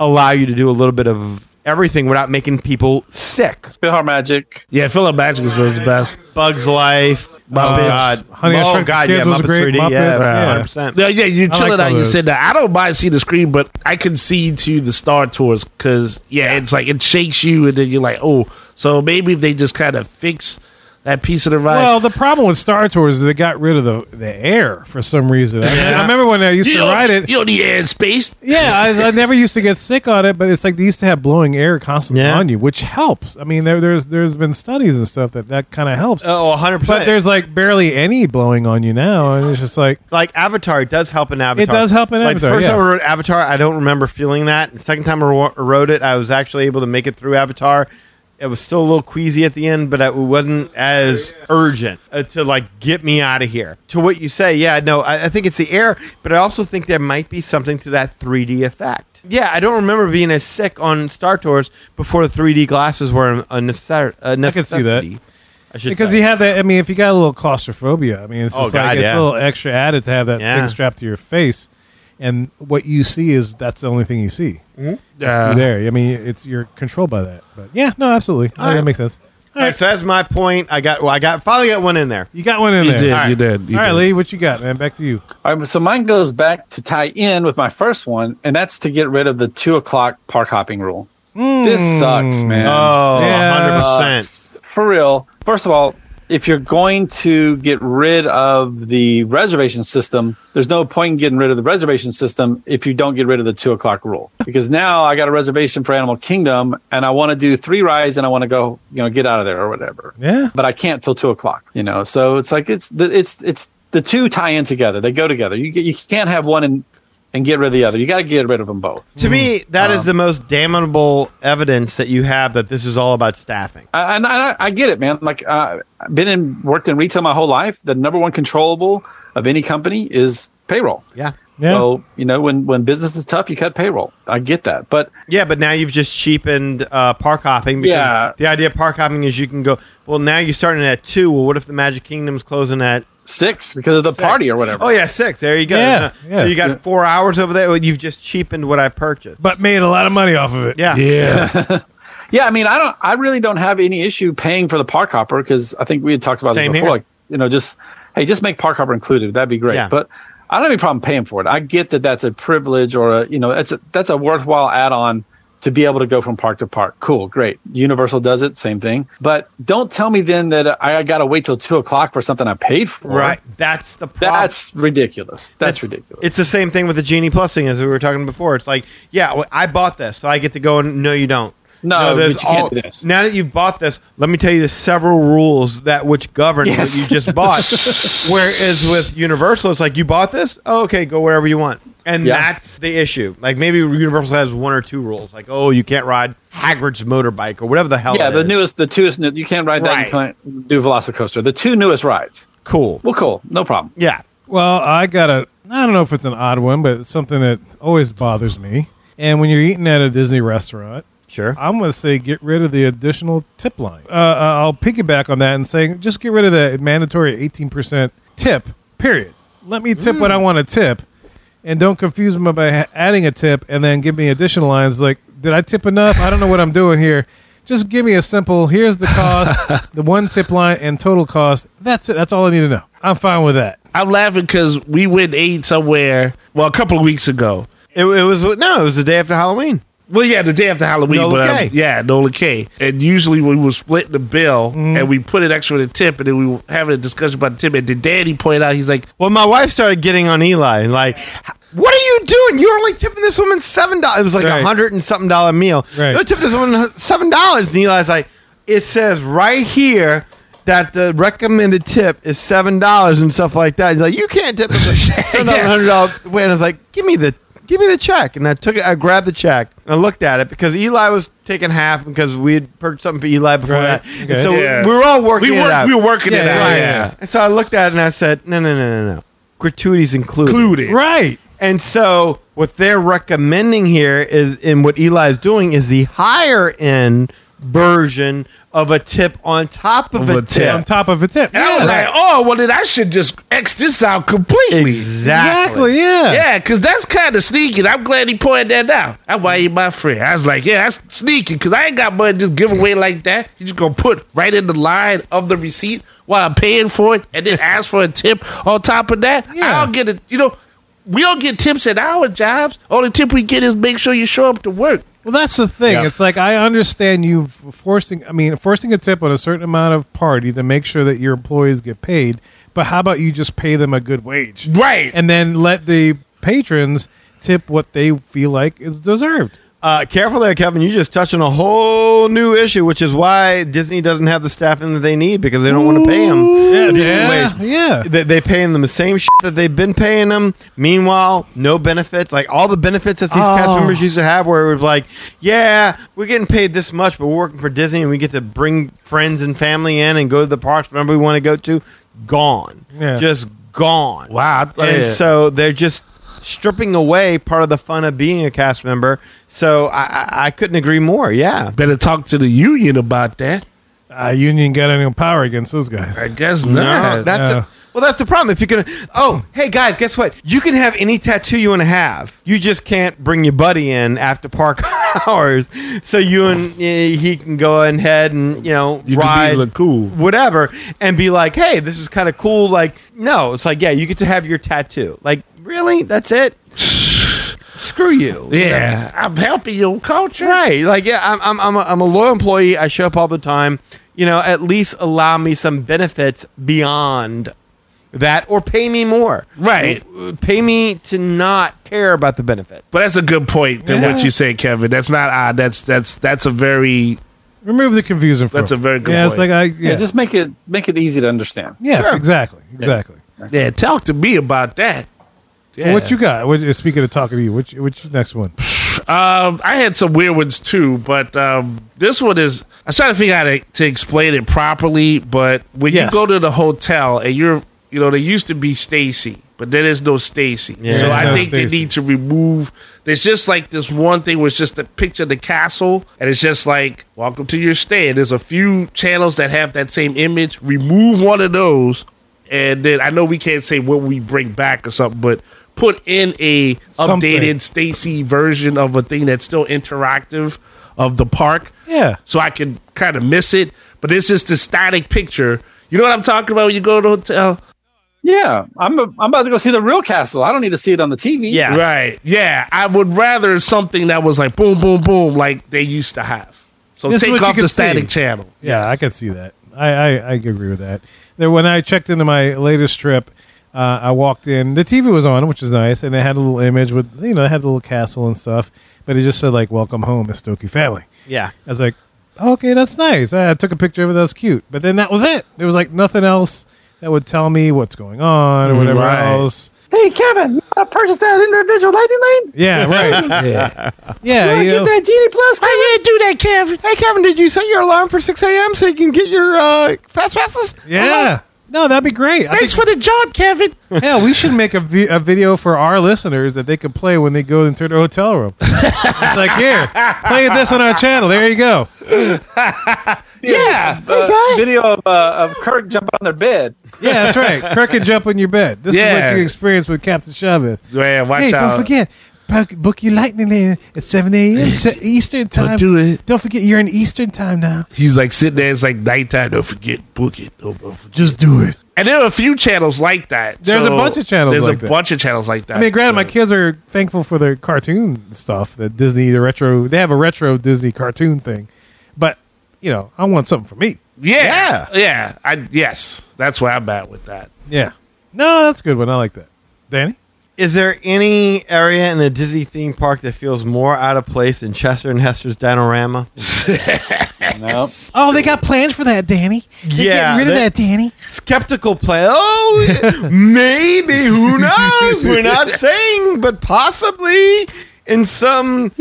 Speaker 3: allow you to do a little bit of everything without making people sick.
Speaker 4: Bihar Magic.
Speaker 2: Yeah, Philip Magic is the best.
Speaker 3: Bugs Life,
Speaker 2: Muppets.
Speaker 1: Honey, I
Speaker 3: oh
Speaker 1: Shrunk the
Speaker 3: God,
Speaker 1: Kids
Speaker 3: yeah,
Speaker 1: was
Speaker 3: Muppets
Speaker 1: great.
Speaker 3: 3D,
Speaker 1: Muppets,
Speaker 3: yeah,
Speaker 1: yeah.
Speaker 3: 100%.
Speaker 2: Yeah, yeah, you're
Speaker 1: I
Speaker 2: chilling
Speaker 1: like
Speaker 2: out.
Speaker 1: all
Speaker 2: You
Speaker 1: those.
Speaker 2: said that. I don't mind seeing the screen, but I concede to the Star Tours because yeah, it's like it shakes you, and then you're like, oh, so maybe if they just kind of fix that piece of the ride.
Speaker 1: Well, the problem with Star Tours is they got rid of the, the air for some reason. I, I remember when I used
Speaker 2: you
Speaker 1: to
Speaker 2: don't,
Speaker 1: ride it.
Speaker 2: You don't need air and space.
Speaker 1: Yeah, I, I never used to get sick on it, but it's like they used to have blowing air constantly
Speaker 3: Yeah.
Speaker 1: on you, which helps. I mean, there, there's there's been studies and stuff that that kind of helps.
Speaker 3: Oh, 100%.
Speaker 1: but there's like barely any blowing on you now, and it's just like
Speaker 3: like Avatar it does help in Avatar.
Speaker 1: does help in
Speaker 3: like,
Speaker 1: Avatar,
Speaker 3: The first time I
Speaker 1: yes.
Speaker 3: wrote Avatar, I don't remember feeling that. The second time I ro- wrote it, I was actually able to make it through Avatar. It was still a little queasy at the end, but it wasn't as urgent uh, to like get me out of here. To what you say, yeah, no, I, I think it's the air, but I also think there might be something to that 3D effect. Yeah, I don't remember being as sick on Star Tours before the 3D glasses were a, necessar-
Speaker 1: see
Speaker 3: a
Speaker 1: that.
Speaker 3: necessity. I should
Speaker 1: because
Speaker 3: say.
Speaker 1: you have that. I mean, if you got a little claustrophobia, I mean, it's
Speaker 3: Oh,
Speaker 1: just
Speaker 3: God,
Speaker 1: like it's
Speaker 3: yeah.
Speaker 1: a little extra added to have that
Speaker 3: Yeah.
Speaker 1: thing strapped to your face, and what you see is that's the only thing you see.
Speaker 3: Mm-hmm.
Speaker 2: Yeah.
Speaker 1: You're there. I mean, it's you're controlled by that. But yeah, no, absolutely, I think
Speaker 3: right.
Speaker 1: that makes sense. All
Speaker 3: All right,
Speaker 1: right,
Speaker 3: so that's my point. I got, well, I got, finally got one in there.
Speaker 1: you got one in
Speaker 2: You
Speaker 1: there.
Speaker 2: did,
Speaker 1: All right,
Speaker 2: you did, you
Speaker 1: All right,
Speaker 2: did.
Speaker 1: Lee, what you got, man? Back to you.
Speaker 4: All right, so mine goes back to tie in with my first one, and that's to get rid of the two o'clock park hopping rule. This sucks, man.
Speaker 3: Oh,
Speaker 1: Yeah.
Speaker 3: 100%.
Speaker 4: For real. First of all, if you're going to get rid of the reservation system, there's no point in getting rid of the reservation system if you don't get rid of the two o'clock rule. Because now I got a reservation for Animal Kingdom and I want to do three rides and I want to go, you know, get out of there or whatever.
Speaker 1: Yeah.
Speaker 4: But I can't till two o'clock, you know. So it's like it's the it's it's the two tie in together. They go together. You get, you can't have one and and get rid of the other. You got to get rid of them both.
Speaker 3: To me, that is the most damnable evidence that you have that this is all about staffing.
Speaker 4: I, and I, I get it, man. Like uh, I've been in worked in retail my whole life. The number one controllable of any company is payroll.
Speaker 3: Yeah.
Speaker 1: Yeah.
Speaker 4: So you know when when business is tough, you cut payroll. I get that, but
Speaker 3: Yeah, but now you've just cheapened uh, park hopping because
Speaker 4: Yeah.
Speaker 3: the idea of park hopping is you can go, well, now you're starting at two. Well, what if the Magic Kingdom's closing at
Speaker 4: six because of the
Speaker 3: six?
Speaker 4: party or whatever.
Speaker 3: Oh, yeah, six. There you go.
Speaker 1: Yeah,
Speaker 3: There's no-
Speaker 1: yeah.
Speaker 3: So you got four hours over there. Well, you've just cheapened what I purchased.
Speaker 1: but made a lot of money off of it.
Speaker 3: Yeah.
Speaker 2: Yeah,
Speaker 4: yeah. I mean, I don't. I really don't have any issue paying for the park hopper because I think we had talked about
Speaker 3: Same
Speaker 4: this before.
Speaker 3: here.
Speaker 4: Like you know, just hey, just make park hopper included. That'd be great.
Speaker 3: Yeah.
Speaker 4: But I don't have any problem paying for it. I get that that's a privilege or a you know that's a, that's a worthwhile add on to be able to go from park to park. Cool, great. Universal does it, same thing. But don't tell me then that I, I got to wait till two o'clock for something I paid for.
Speaker 3: Right. That's the problem.
Speaker 4: That's ridiculous. That's ridiculous.
Speaker 3: It's the same thing with the Genie Plus thing as we were talking before. It's like, yeah, well, I bought this, so I get to go and no, you don't.
Speaker 4: No,
Speaker 3: there's
Speaker 4: but you can't
Speaker 3: all-
Speaker 4: do this.
Speaker 3: Now that you've bought this, let me tell you the several rules that which govern
Speaker 4: Yes.
Speaker 3: what you just bought. Whereas with Universal, it's like you bought this, oh, okay, go wherever you want, and
Speaker 4: Yeah.
Speaker 3: that's the issue. Like maybe Universal has one or two rules, like oh, you can't ride Hagrid's motorbike or whatever the hell.
Speaker 4: yeah,
Speaker 3: it
Speaker 4: the
Speaker 3: is.
Speaker 4: newest, the two is you can't ride that. You
Speaker 3: Right.
Speaker 4: can't do Velocicoaster. The two newest rides.
Speaker 3: cool.
Speaker 4: Well, cool, no problem.
Speaker 3: Yeah,
Speaker 1: Well, I got a. I don't know if it's an odd one, but it's something that always bothers me. And when you're eating at a Disney restaurant,
Speaker 3: sure.
Speaker 1: I'm going to say get rid of the additional tip line. Uh, uh, I'll piggyback on that and saying just get rid of the mandatory 18% tip, period. Let me tip what I want to tip and don't confuse them by ha- adding a tip and then give me additional lines like, did I tip enough? I don't know what I'm doing here. Just give me a simple, here's the cost, the one tip line, and total cost. That's it. That's all I need to know. I'm fine with that.
Speaker 2: I'm laughing because we went and ate somewhere. Well, a couple of weeks ago.
Speaker 3: It, it was no, it was the day after Halloween.
Speaker 2: Well, yeah, the day after Halloween.
Speaker 3: Nola
Speaker 2: but, um,
Speaker 3: Kay.
Speaker 2: yeah, Nola K. And usually we were splitting the bill
Speaker 1: Mm-hmm.
Speaker 2: and we put an extra in the tip and then we were having a discussion about the tip. And then Danny pointed out, he's like,
Speaker 3: Well, my wife started getting on Eli and like, "What are you doing? You're only tipping this woman seven dollars. It was like a
Speaker 1: Right.
Speaker 3: hundred and something dollar meal.
Speaker 1: Right.
Speaker 3: You're tipping this woman seven dollars." And Eli's like, "It says right here that the recommended tip is seven dollars and stuff like that." He's like, "You can't tip us seven
Speaker 2: Yeah.
Speaker 3: hundred dollar." Wait, and I was like, "Give me the." Give me the check, and I took it. I grabbed the check and I looked at it because Eli was taking half because we had purchased something for Eli before
Speaker 1: Right.
Speaker 3: that.
Speaker 1: Okay.
Speaker 3: And so
Speaker 2: Yeah.
Speaker 3: we were all working.
Speaker 2: We
Speaker 3: it
Speaker 2: worked-
Speaker 3: out.
Speaker 2: we were working it out,
Speaker 3: right.
Speaker 2: yeah.
Speaker 3: And so I looked at it and I said, no, no, no, no, no. Gratuities included.
Speaker 2: included.
Speaker 1: Right.
Speaker 3: And so what they're recommending here is, and what Eli is doing is the higher end version of a tip on top of,
Speaker 2: Of
Speaker 3: a,
Speaker 2: a
Speaker 3: tip.
Speaker 2: tip.
Speaker 1: On top of a tip.
Speaker 2: And I was like, oh, well, then I should just X this out completely.
Speaker 3: Exactly.
Speaker 1: yeah.
Speaker 2: Yeah, because that's kind of sneaky. I'm glad he pointed that out. That's why he my friend. I was like, yeah, that's sneaky because I ain't got money to just give away like that. You just going to put right in the line of the receipt while I'm paying for it and then ask for a tip on top of that.
Speaker 1: Yeah.
Speaker 2: I don't get it. You know, we don't get tips at our jobs. Only tip we get is make sure you show up to work.
Speaker 1: Well, that's the thing. It's like I understand you f- forcing. I mean, forcing a tip on a certain amount of party to make sure that your employees get paid. But how about you just pay them a good wage,
Speaker 2: Right.
Speaker 1: and then let the patrons tip what they feel like is deserved?
Speaker 3: Uh, careful there, Kevin. You just touched on a whole new issue, which is why Disney doesn't have the staffing that they need because they don't want to pay them.
Speaker 1: yeah, yeah.
Speaker 3: They, they paying them the same shit that they've been paying them. Meanwhile, no benefits. Like all the benefits that these cast
Speaker 1: Oh.
Speaker 3: members used to have, where it was like, yeah, we're getting paid this much, but we're working for Disney and we get to bring friends and family in and go to the parks whenever we want to go to. Gone.
Speaker 1: Yeah.
Speaker 3: Just gone.
Speaker 2: Wow, I thought-
Speaker 3: And
Speaker 2: yeah.
Speaker 3: so they're just stripping away part of the fun of being a cast member. So I, I, I couldn't agree more. Yeah.
Speaker 2: Better talk to the union about that.
Speaker 1: Uh, union got any power against those guys?
Speaker 2: I guess
Speaker 3: No,
Speaker 2: not.
Speaker 3: that's
Speaker 1: no.
Speaker 3: well, that's the problem. If you're gonna, oh, hey guys, guess what? You can have any tattoo you want to have. You just can't bring your buddy in after park hours, so you and uh, he can go ahead and you know
Speaker 2: You can be
Speaker 3: ride
Speaker 2: look cool.
Speaker 3: whatever, and be like, hey, this is kind of cool. Like, no, it's like, yeah, you get to have your tattoo. Like, really? That's it? Screw you.
Speaker 2: yeah, I'm helping your culture.
Speaker 3: Right. Like, yeah, I'm, I'm, I'm, a, I'm a loyal employee. I show up all the time. You know, at least allow me some benefits beyond that or pay me more.
Speaker 2: Right.
Speaker 3: Uh, Pay me to not care about the benefit.
Speaker 2: But that's a good point than what
Speaker 1: Yeah.
Speaker 2: you say, Kevin. That's not odd. That's that's that's a very
Speaker 1: Remove the confusion. From
Speaker 2: That's a very good
Speaker 1: Yeah, it's
Speaker 2: point.
Speaker 1: like I.
Speaker 4: Yeah.
Speaker 1: Yeah,
Speaker 4: just make it make it easy to understand.
Speaker 1: yes, exactly, exactly.
Speaker 2: yeah. Talk to me about that. Yeah.
Speaker 1: What you got? What, speaking of talking to you, which which next one?
Speaker 2: Um, I had some weird ones too, but um, this one is. I was trying to figure out how to, to explain it properly, but when you
Speaker 1: Yes.
Speaker 2: go to the hotel and you're, you know, there used to be Stacy, but there is no Stacy. so
Speaker 1: There's
Speaker 2: I
Speaker 1: no
Speaker 2: think they
Speaker 1: Stacy.
Speaker 2: need to remove. There's just like this one thing was just a picture of the castle, and it's just like welcome to your stay. And there's a few channels that have that same image. Remove one of those, and then I know we can't say what we bring back or something, but put in a
Speaker 1: Something.
Speaker 2: updated Stacy version of a thing that's still interactive of the park.
Speaker 1: Yeah.
Speaker 2: So I can kind of miss it, but it's just a static picture. You know what I'm talking about when you go to the hotel?
Speaker 4: Yeah, I'm a, I'm about to go see the real castle. I don't need to see it on the TV.
Speaker 3: Yeah.
Speaker 2: Right. Yeah. I would rather something that was like boom, boom, boom, like they used to have. So
Speaker 1: This is
Speaker 2: take
Speaker 1: what you
Speaker 2: off
Speaker 1: can
Speaker 2: the static
Speaker 1: see.
Speaker 2: channel.
Speaker 1: Yeah, I can see that. I, I, I agree with that. Then when I checked into my latest trip, uh, I walked in. The TV was on, which is nice, and it had a little image with you know it had a little castle and stuff, but it just said like "Welcome home, Miss Stokey family."
Speaker 3: Yeah.
Speaker 1: I was like, okay, that's nice. I took a picture of it. That was cute. But then that was it. There was like nothing else that would tell me what's going on or whatever
Speaker 2: Right.
Speaker 1: else.
Speaker 4: Hey, Kevin, you want to purchase that individual lightning lane?
Speaker 1: Yeah, right.
Speaker 2: Yeah.
Speaker 1: Yeah,
Speaker 4: You
Speaker 1: you
Speaker 4: want to
Speaker 1: know,
Speaker 4: get that Genie Plus?
Speaker 3: I didn't do that, Kevin. Hey, Kevin, did you set your alarm for 6 a.m. so you can get your uh, fast passes?
Speaker 1: yeah. No, that'd be great. I
Speaker 2: Thanks for the job, Kevin.
Speaker 1: think- yeah, we should make a, vi- a video for our listeners that they could play when they go into their hotel room. it's like here, play this on our channel. There you go.
Speaker 2: Yeah.
Speaker 4: Uh, video of, uh, of Kirk jumping on their bed.
Speaker 1: Yeah, that's right. Kirk can jump in your bed. This is
Speaker 2: Yeah.
Speaker 1: what you experience with Captain Chavez.
Speaker 2: Man, watch
Speaker 1: hey,
Speaker 2: out.
Speaker 1: don't forget. Book, book your lightning lane at 7 a.m. Se- Eastern
Speaker 2: Don't
Speaker 1: time.
Speaker 2: do it.
Speaker 1: Don't forget, you're in Eastern time now.
Speaker 2: He's like sitting there. It's like nighttime. Don't forget, book it. Don't, don't forget.
Speaker 1: Just do it.
Speaker 2: And there are a few channels like that.
Speaker 1: There's a bunch of channels
Speaker 2: There's
Speaker 1: like
Speaker 2: a
Speaker 1: that.
Speaker 2: bunch of channels like that.
Speaker 1: I mean, granted, my
Speaker 2: So-
Speaker 1: kids are thankful for their cartoon stuff. That Disney, the retro, they have a retro Disney cartoon thing. But you know, I want something for me.
Speaker 2: Yeah, yeah, I yes, that's where I'm at with that.
Speaker 1: Yeah. No, that's a good one. I like that. Danny.
Speaker 3: Is there any area in the Disney theme park that feels more out of place than Chester and Hester's Dinorama?
Speaker 4: No.
Speaker 1: Oh, they got plans for that, Danny.
Speaker 3: They're Yeah, getting rid of they- that,
Speaker 1: Danny.
Speaker 3: Skeptical play. Oh, maybe. Who knows? We're not saying, but possibly in some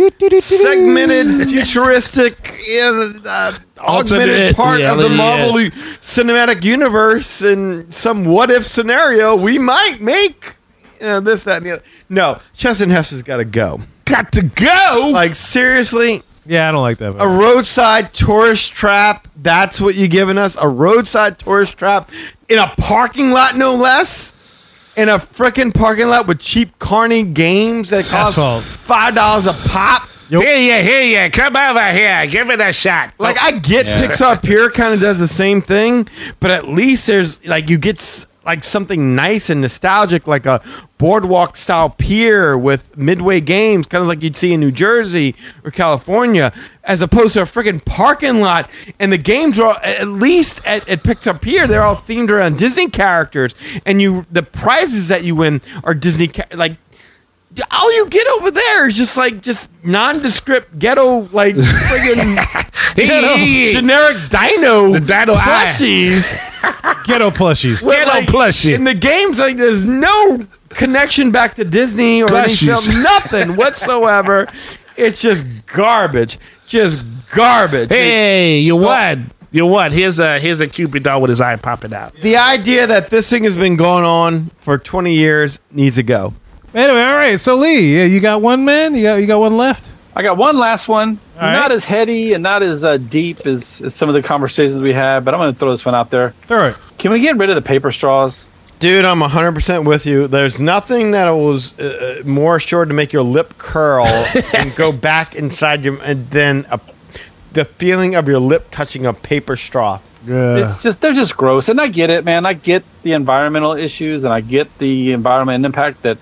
Speaker 3: segmented, futuristic, uh, uh, augmented
Speaker 2: Alternate
Speaker 3: part of the
Speaker 2: reality,
Speaker 3: Marvel cinematic universe in some what if scenario, we might make you know, this, that, and the other. No, Chesson Hester's got to go.
Speaker 2: Got to go.
Speaker 3: Like, seriously,
Speaker 1: Yeah, I don't like that.
Speaker 3: a roadside tourist trap. That's what you're giving us a roadside tourist trap in a parking lot, no less. In a freaking parking lot with cheap carny games that cost
Speaker 1: Asphalt.
Speaker 3: five dollars a pop.
Speaker 2: Here you, here you, come over here, give it a shot.
Speaker 3: Like I get Pixar Pier kind of does the same thing, but at least there's like you get s- like something nice and nostalgic, like a boardwalk style pier with midway games, kind of like you'd see in New Jersey or California, as opposed to a freaking parking lot. And the games are all- at least at, at Pixar Pier, they're all themed around Disney characters, and you the prizes that you win are Disney cha- like all you get over there is just like just nondescript ghetto like friggin' ghetto,
Speaker 2: Hey,
Speaker 3: generic dino
Speaker 2: The dino eye.
Speaker 3: plushies.
Speaker 1: ghetto plushies.
Speaker 2: Ghetto
Speaker 3: Like,
Speaker 2: plushie.
Speaker 3: In the games, like there's no connection back to Disney or any
Speaker 2: Plushies.
Speaker 3: film, nothing whatsoever. It's just garbage. Just garbage.
Speaker 2: hey, you won. You won. Here's a here's a cupid doll with his eye popping out.
Speaker 3: The idea that this thing has been going on for 20 years needs to go.
Speaker 1: Anyway, all right. So Lee, yeah, you got one man. You got you got one left.
Speaker 4: I got one last one.
Speaker 1: All right.
Speaker 4: Not as heady and not as uh, deep as, as some of the conversations we had, but I'm going to throw this one out there.
Speaker 1: Throw it.
Speaker 4: Can we get rid of the paper straws?
Speaker 3: Dude, I'm 100% with you. There's nothing that was uh, uh, more sure to make your lip curl and go back inside your and then a, the feeling of your lip touching a paper straw.
Speaker 4: It's just they're just gross, and I get it, man. I get the environmental issues, and I get the environment impact that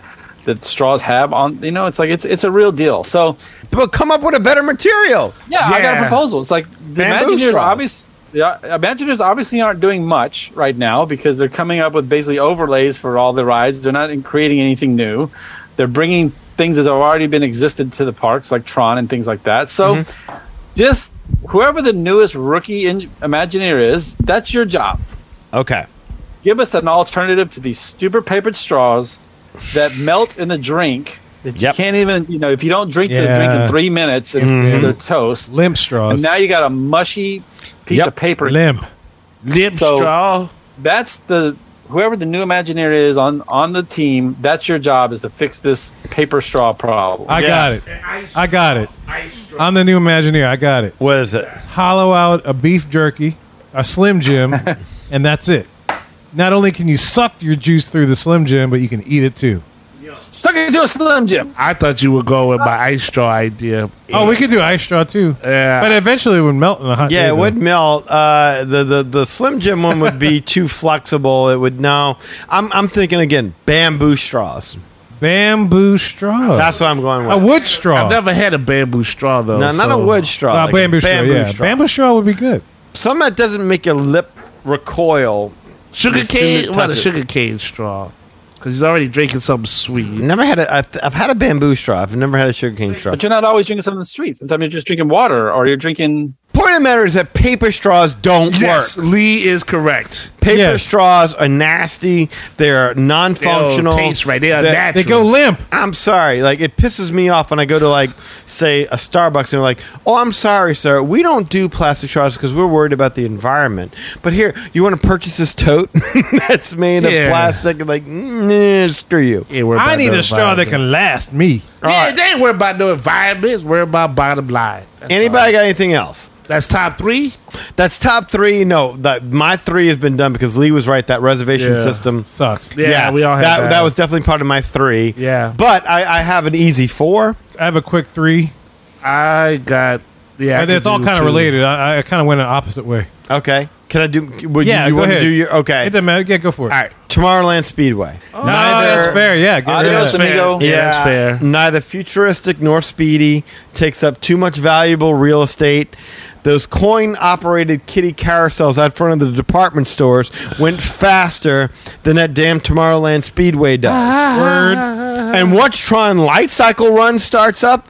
Speaker 4: that straws have on. You know, it's like it's it's a real deal. So
Speaker 3: But come up with a better material.
Speaker 4: yeah, I got a
Speaker 2: Yeah.
Speaker 4: proposal. It's like the
Speaker 3: Bamboo
Speaker 4: Imagineers
Speaker 3: straws.
Speaker 4: obviously the Imagineers obviously aren't doing much right now because they're coming up with basically overlays for all the rides. They're not in- creating anything new. They're bringing things that have already been existed to the parks, like Tron and things like that. So
Speaker 3: Mm-hmm.
Speaker 4: just whoever the newest rookie in Imagineer is, that's your job.
Speaker 3: Okay.
Speaker 4: give us an alternative to these stupid papered straws that melt in the drink. That
Speaker 3: Yep.
Speaker 4: You can't even, you know, if you don't drink the drink
Speaker 1: Yeah. Mm-hmm.
Speaker 4: in three minutes, it's they're toast.
Speaker 1: Limp
Speaker 4: And
Speaker 1: straws.
Speaker 4: now you got a mushy piece
Speaker 3: Yep.
Speaker 4: of paper.
Speaker 1: Limp.
Speaker 2: Lip
Speaker 4: So-
Speaker 2: straw.
Speaker 4: That's the whoever the new Imagineer is on on the team. That's your job is to fix this paper straw problem.
Speaker 1: I got it.
Speaker 2: Uh,
Speaker 1: I got it. I'm the new Imagineer. I got it.
Speaker 3: What is it?
Speaker 1: Hollow out a beef jerky, a Slim Jim, and that's it. Not only can you suck your juice through the Slim Jim, but you can eat it too.
Speaker 4: Suck it to a slim Jim.
Speaker 2: I thought you would go with my ice straw idea.
Speaker 1: Oh, we could do ice straw too.
Speaker 2: Yeah.
Speaker 1: But eventually it would melt in a hot day,
Speaker 3: Yeah, it
Speaker 1: though.
Speaker 3: would melt. Uh, the, the the Slim Jim one would be too flexible. It would no. I'm I'm thinking again. Bamboo straws.
Speaker 1: Bamboo
Speaker 2: Oh.
Speaker 1: straw.
Speaker 3: That's what I'm going
Speaker 1: a
Speaker 3: with.
Speaker 1: wood straw.
Speaker 2: I've never had a bamboo straw though.
Speaker 3: no, not a
Speaker 2: so-
Speaker 3: wood straw.
Speaker 1: Uh,
Speaker 3: like a
Speaker 1: bamboo straw. yeah. Bamboo straw would be good.
Speaker 3: Something that doesn't make your lip recoil
Speaker 2: Sugar
Speaker 3: As soon as
Speaker 2: cane.
Speaker 3: it
Speaker 2: What a
Speaker 3: touches-
Speaker 2: sugar cane straw. because he's already drinking something sweet.
Speaker 3: Never had a. I've, I've had a bamboo straw. I've never had a sugarcane straw.
Speaker 4: But you're not always drinking something sweet. Sometimes you're just drinking water, or you're drinking.
Speaker 3: Point of the matter is that paper straws don't
Speaker 2: Yes,
Speaker 3: work.
Speaker 2: Lee is correct.
Speaker 3: Paper
Speaker 1: Yes.
Speaker 3: straws are nasty. They're non-functional.
Speaker 2: They don't taste right. They are
Speaker 1: They
Speaker 2: natural.
Speaker 1: go limp.
Speaker 3: I'm sorry. Like it pisses me off when I go to like say a Starbucks and they're like, "Oh, I'm sorry, sir. We don't do plastic straws because we're worried about the environment. But here, you want to purchase this tote that's made
Speaker 2: Yeah.
Speaker 3: of plastic? and Like, nah, screw you.
Speaker 2: They ain't worried
Speaker 1: I
Speaker 2: about
Speaker 1: need
Speaker 2: no
Speaker 1: a straw that
Speaker 2: environment.
Speaker 1: can last me.
Speaker 2: Yeah, they ain't worried about no environment. It's worried about bottom line. That's
Speaker 3: Anybody got anything else?
Speaker 2: all. That's top three.
Speaker 3: That's top three. No, that my three has been done because Lee was right. That reservation
Speaker 2: Yeah.
Speaker 3: system.
Speaker 1: Sucks.
Speaker 2: Yeah, we all have
Speaker 3: that.
Speaker 2: that.
Speaker 3: That was definitely part of my three.
Speaker 2: Yeah.
Speaker 3: but I, I have an easy four.
Speaker 1: I have a quick three.
Speaker 2: I got. Yeah, I
Speaker 1: And it's
Speaker 2: could
Speaker 1: all
Speaker 2: do
Speaker 1: kind of
Speaker 2: two.
Speaker 1: related. I, I kind of went an opposite way.
Speaker 3: Okay, can I do? Would
Speaker 1: Yeah,
Speaker 3: you, you
Speaker 1: go
Speaker 3: want
Speaker 1: ahead.
Speaker 3: to do your? Okay,
Speaker 1: It doesn't matter. Yeah, go for it.
Speaker 3: All right, Tomorrowland Speedway.
Speaker 1: No, that's fair. Yeah, get rid of
Speaker 4: Adios,
Speaker 1: that.
Speaker 4: amigo.
Speaker 2: Yeah, that's fair.
Speaker 3: Neither futuristic nor speedy takes up too much valuable real estate. Those coin operated kitty carousels out front of the department stores went faster than that damn Tomorrowland
Speaker 2: Ah.
Speaker 3: Speedway does.
Speaker 1: Word.
Speaker 3: And once Tron Light Cycle Run starts up,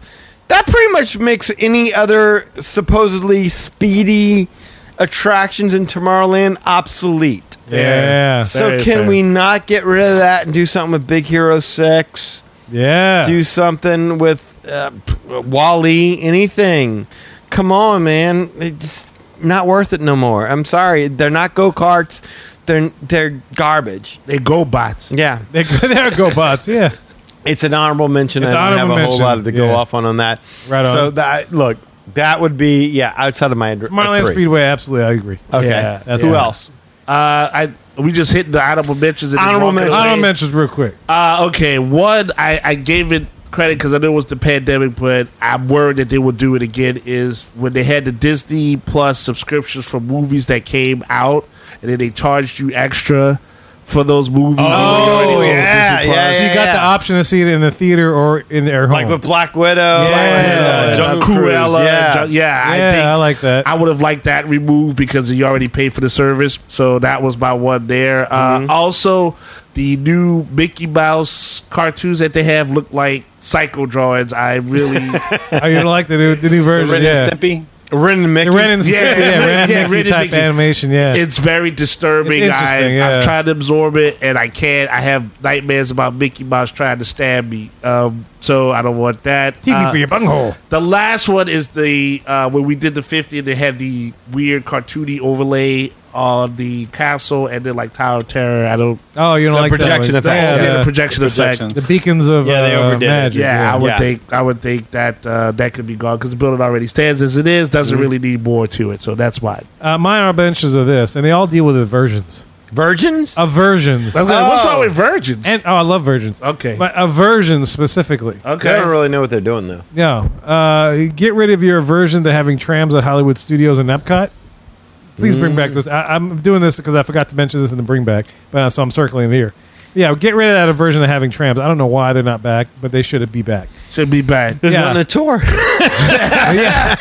Speaker 3: that pretty much makes any other supposedly speedy attractions in Tomorrowland obsolete.
Speaker 1: Yeah.
Speaker 3: So
Speaker 2: Very
Speaker 3: can
Speaker 2: fair.
Speaker 3: we not get rid of that and do something with Big Hero Six?
Speaker 1: Yeah.
Speaker 3: Do something with uh, Wally? Anything? Come on, man! It's not worth it no more. I'm sorry, they're not go karts. They're they're garbage.
Speaker 2: They go bots. Uh,
Speaker 3: Yeah,
Speaker 1: They go- there go bots. Yeah.
Speaker 3: it's an honorable mention.
Speaker 1: It's
Speaker 3: I don't have
Speaker 1: honorable
Speaker 3: a whole
Speaker 1: mention,
Speaker 3: lot to go
Speaker 1: yeah.
Speaker 3: off on on that.
Speaker 1: Right
Speaker 3: So
Speaker 1: on.
Speaker 3: that look, that would be yeah outside of my ad-
Speaker 1: Marlin
Speaker 3: three.
Speaker 1: Speedway, absolutely. I agree.
Speaker 3: Okay,
Speaker 2: Yeah,
Speaker 1: that's
Speaker 3: who
Speaker 1: fine.
Speaker 3: else?
Speaker 2: Uh, I we just hit the honorable mentions. And just
Speaker 3: Honorable
Speaker 2: walked
Speaker 3: mentions.
Speaker 2: away.
Speaker 1: I don't mention real quick.
Speaker 2: Uh, okay, one I, I gave it credit because I knew it was the pandemic, but I'm worried that they will do it again. Is when they had the Disney Plus subscriptions for movies that came out, and then they charged you extra for those movies.
Speaker 3: Oh,
Speaker 2: And they already own
Speaker 3: yeah,
Speaker 2: Disney Plus.
Speaker 3: yeah,
Speaker 1: So you got
Speaker 3: yeah.
Speaker 1: the option to see it in the theater or in their home.
Speaker 3: Like with Black Widow,
Speaker 1: Oh. Yeah.
Speaker 3: like with, uh, Jungle Cruise,
Speaker 2: Cruella,
Speaker 3: yeah.
Speaker 2: Jun- yeah,
Speaker 1: yeah, I,
Speaker 2: I think
Speaker 1: like that.
Speaker 2: I would have liked that removed because you already paid for the service. So that was my one there. Uh, also, the new Mickey Mouse cartoons that they have look like psycho drawings. I really,
Speaker 1: oh, you don't like the new, the new version?
Speaker 4: Ren
Speaker 1: Yeah.
Speaker 4: and Stimpy.
Speaker 3: Ren and Mickey.
Speaker 1: The Ren and Stimpy,
Speaker 2: Yeah,
Speaker 1: yeah, Ren and
Speaker 2: yeah,
Speaker 1: Mickey
Speaker 2: Ren and
Speaker 1: type
Speaker 2: Mickey.
Speaker 1: animation, yeah.
Speaker 2: it's very disturbing.
Speaker 1: It's
Speaker 2: I,
Speaker 1: interesting, yeah.
Speaker 2: I've tried to absorb it and I can't. I have nightmares about Mickey Mouse trying to stab me. Um, so I don't want that.
Speaker 1: TV
Speaker 2: Uh,
Speaker 1: for your bunghole.
Speaker 2: The last one is the uh, when we did the 50 and they had the weird cartoony overlay on the castle and then like Tower of Terror. I don't.
Speaker 1: Oh, you don't
Speaker 3: the
Speaker 1: like
Speaker 3: projection
Speaker 1: that one.
Speaker 3: effects,
Speaker 2: Yeah,
Speaker 1: Yeah,
Speaker 2: there's a
Speaker 1: the-
Speaker 2: projection effect.
Speaker 4: Projections.
Speaker 1: the beacons of
Speaker 3: Yeah, they
Speaker 1: uh,
Speaker 3: overdid it.
Speaker 1: magic.
Speaker 2: Yeah, I would
Speaker 3: Yeah.
Speaker 2: think I would think that uh, that could be gone because the building already stands as it is. Doesn't
Speaker 1: Mm-hmm.
Speaker 2: really need more to it, so that's why.
Speaker 1: Uh, mine are benches of this, and they all deal with aversions.
Speaker 3: Virgins?
Speaker 1: Aversions.
Speaker 2: I was like, What's
Speaker 3: Oh.
Speaker 2: wrong with virgins?
Speaker 1: and oh, I love virgins.
Speaker 2: okay,
Speaker 1: But aversions specifically.
Speaker 3: I
Speaker 2: okay.
Speaker 3: don't really know what they're doing though.
Speaker 1: No. Uh, get rid of your aversion to having trams at Hollywood Studios and Epcot. Please bring
Speaker 2: Mm.
Speaker 1: back this. I, I'm doing this because I forgot to mention this in the bring back, but uh, so I'm circling it here. Yeah, get rid of that aversion to having trams. I don't know why they're not back, but they should be back.
Speaker 2: Should be bad.
Speaker 3: This
Speaker 1: Yeah.
Speaker 3: is on a tour.
Speaker 1: yeah,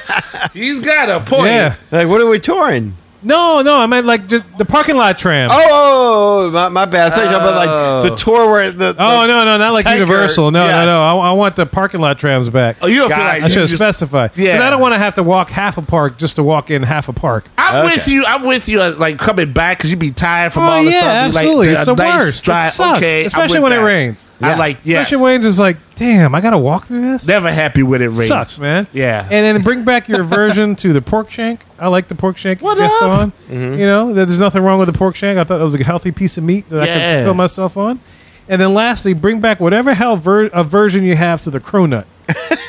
Speaker 2: He's got a point.
Speaker 1: yeah.
Speaker 3: like, what are we touring?
Speaker 1: No, no, I meant like just the parking lot tram.
Speaker 3: Oh, oh, oh, my, my bad. I thought you were talking about like the tour where the.
Speaker 1: Oh,
Speaker 3: the-
Speaker 1: no, no, not like
Speaker 3: Tanker,
Speaker 1: Universal. No, no,
Speaker 3: yes.
Speaker 1: no. I, I want the parking lot trams back.
Speaker 2: Oh, you don't
Speaker 3: Gosh.
Speaker 2: feel like
Speaker 1: I
Speaker 2: you
Speaker 1: should have
Speaker 2: just-
Speaker 1: specified. Yeah.
Speaker 2: Yeah.
Speaker 1: I don't want to have to walk half a park just to walk in half a park.
Speaker 2: I'm
Speaker 3: Okay.
Speaker 2: with you. I'm with you. uh, Like coming back because you'd be tired from
Speaker 1: Oh,
Speaker 2: all the
Speaker 1: yeah,
Speaker 2: stuff.
Speaker 1: absolutely.
Speaker 2: Like,
Speaker 1: It's
Speaker 2: a
Speaker 1: the worst. It sucks.
Speaker 2: I'm
Speaker 1: Especially
Speaker 2: with
Speaker 1: when it rains.
Speaker 2: I
Speaker 3: Yeah.
Speaker 2: like yes.
Speaker 1: Especially when it's just like, damn, I got to walk through this?
Speaker 2: Never happy when it rains.
Speaker 1: Sucks, man.
Speaker 2: Yeah.
Speaker 1: And then bring back your version to the pork shank. I like the pork shank
Speaker 2: What
Speaker 1: just
Speaker 2: up? Mm-hmm.
Speaker 1: on. You know, there- there's nothing wrong with the pork shank. I thought it was a healthy piece of meat that I
Speaker 2: Yeah.
Speaker 1: could fill myself on. And then lastly, bring back whatever hell ver- aversion you have to the cronut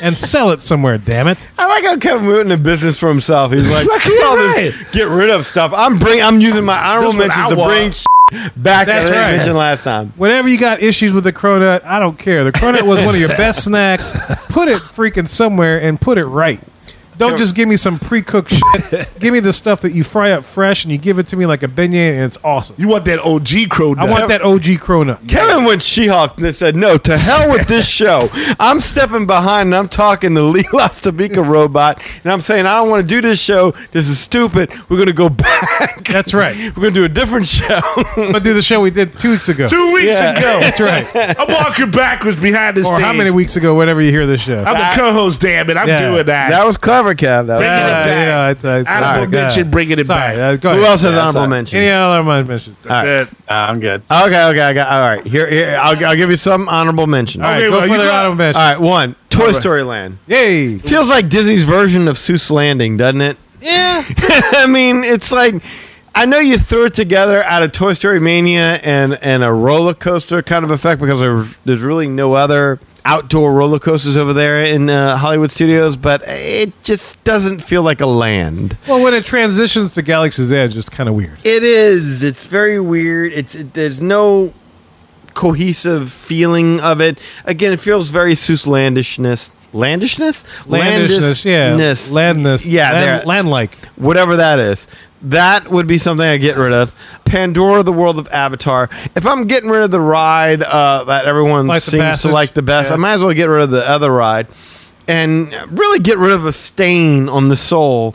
Speaker 1: and sell it somewhere, damn it.
Speaker 3: I like how Kevin Wooten a business for himself. He's like,
Speaker 2: Fucking
Speaker 3: "Screw all
Speaker 2: right.
Speaker 3: this get rid of stuff. I'm bring. I'm using my honorable
Speaker 2: This is what
Speaker 3: mentions
Speaker 2: I
Speaker 3: to
Speaker 2: want.
Speaker 3: bring back
Speaker 1: That's
Speaker 3: that I
Speaker 1: right.
Speaker 3: mentioned last time.
Speaker 1: Whenever you got issues with the cronut, I don't care. The cronut was one of your best snacks. Put it freaking somewhere and put it right. Don't just give me some pre-cooked shit. give me the stuff that you fry up fresh and you give it to me like a beignet and it's awesome.
Speaker 2: You want that OG crow?
Speaker 1: I want that OG Krona.
Speaker 3: Kevin went She-Hulk and said, "No, to hell with this show. I'm stepping behind and I'm talking to Lee Lastabika robot, and I'm saying I don't want to do this show. This is stupid. We're gonna go back.
Speaker 1: That's right.
Speaker 3: We're gonna do a different show.
Speaker 1: I'm gonna do the show we did two weeks ago.
Speaker 2: Two weeks
Speaker 3: Yeah.
Speaker 2: ago,
Speaker 1: That's right.
Speaker 2: I'm walking backwards behind the
Speaker 1: Or
Speaker 2: stage.
Speaker 1: how many weeks ago? Whenever you hear this show.
Speaker 2: I'm the co-host. Damn it, I'm
Speaker 1: Yeah.
Speaker 2: doing that.
Speaker 3: that was clever, Kev. That
Speaker 2: Bring it
Speaker 3: was clever.
Speaker 2: back.
Speaker 1: Uh, yeah, it's, it's,
Speaker 2: Honorable
Speaker 1: yeah.
Speaker 2: mention, bringing it
Speaker 1: Sorry,
Speaker 2: back.
Speaker 1: uh, go
Speaker 3: Who
Speaker 1: ahead.
Speaker 3: else has
Speaker 4: Yeah,
Speaker 3: honorable
Speaker 4: sorry.
Speaker 3: mentions?
Speaker 1: Any other honorable mentions? All
Speaker 3: All right.
Speaker 2: That's it.
Speaker 4: Nah, I'm good.
Speaker 3: Okay, okay, I got. All right, here, here I'll, I'll give you some honorable mention. All
Speaker 1: right,
Speaker 3: right,
Speaker 2: Okay,
Speaker 1: go
Speaker 2: well,
Speaker 1: for
Speaker 2: you
Speaker 1: the
Speaker 2: got-
Speaker 1: honorable mention.
Speaker 3: one. Toy Story Land
Speaker 1: Yay!
Speaker 3: feels like Disney's version of Seuss Landing, doesn't it?
Speaker 1: Yeah.
Speaker 3: I mean, it's like I know you threw it together out of Toy Story Mania and and a roller coaster kind of effect because there, there's really no other outdoor roller coasters over there in uh, Hollywood studios, but it just doesn't feel like a land.
Speaker 1: Well, when it transitions to Galaxy's Edge, it's kind of weird.
Speaker 3: It is. It's very weird. It's it, there's no cohesive feeling of it. Again, it feels very Seuss landishness. Landishness?
Speaker 1: Landishness, yeah.
Speaker 3: Landishness.
Speaker 1: Landness.
Speaker 3: Yeah, there-
Speaker 1: Land, landlike.
Speaker 3: whatever that is. That would be something I get rid of. Pandora, the world of Avatar. If I'm getting rid of the ride uh, that everyone
Speaker 1: Flights of
Speaker 3: seems to
Speaker 1: Passage,
Speaker 3: like the best,
Speaker 1: yeah.
Speaker 3: I might as well get rid of the other ride. And really get rid of a stain on the soul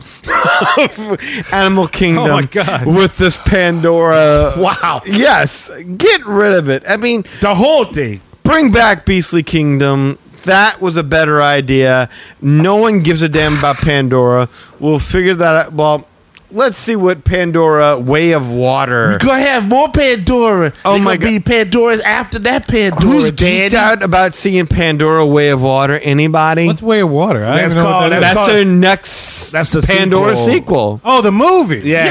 Speaker 3: of Animal Kingdom
Speaker 1: Oh my God.
Speaker 3: with this Pandora.
Speaker 2: Wow.
Speaker 3: Yes, get rid of it. I mean,
Speaker 2: The whole thing.
Speaker 3: bring back Beastly Kingdom. That was a better idea. No one gives a damn about Pandora. We'll figure that out. Well, let's see what Pandora Way of Water.
Speaker 2: Gonna have more Pandora.
Speaker 3: Oh
Speaker 2: They
Speaker 3: my
Speaker 2: gonna Be Pandora's after that Pandora.
Speaker 3: Who's
Speaker 2: Daddy.
Speaker 3: geeked out about seeing Pandora Way of Water? Anybody?
Speaker 1: What's Way of Water? I
Speaker 2: That's
Speaker 1: don't even know what
Speaker 2: called-
Speaker 1: that is.
Speaker 3: that's
Speaker 2: called-
Speaker 3: their next
Speaker 2: That's the
Speaker 3: Pandora
Speaker 2: sequel.
Speaker 3: sequel.
Speaker 1: Oh, the movie.
Speaker 2: Yeah.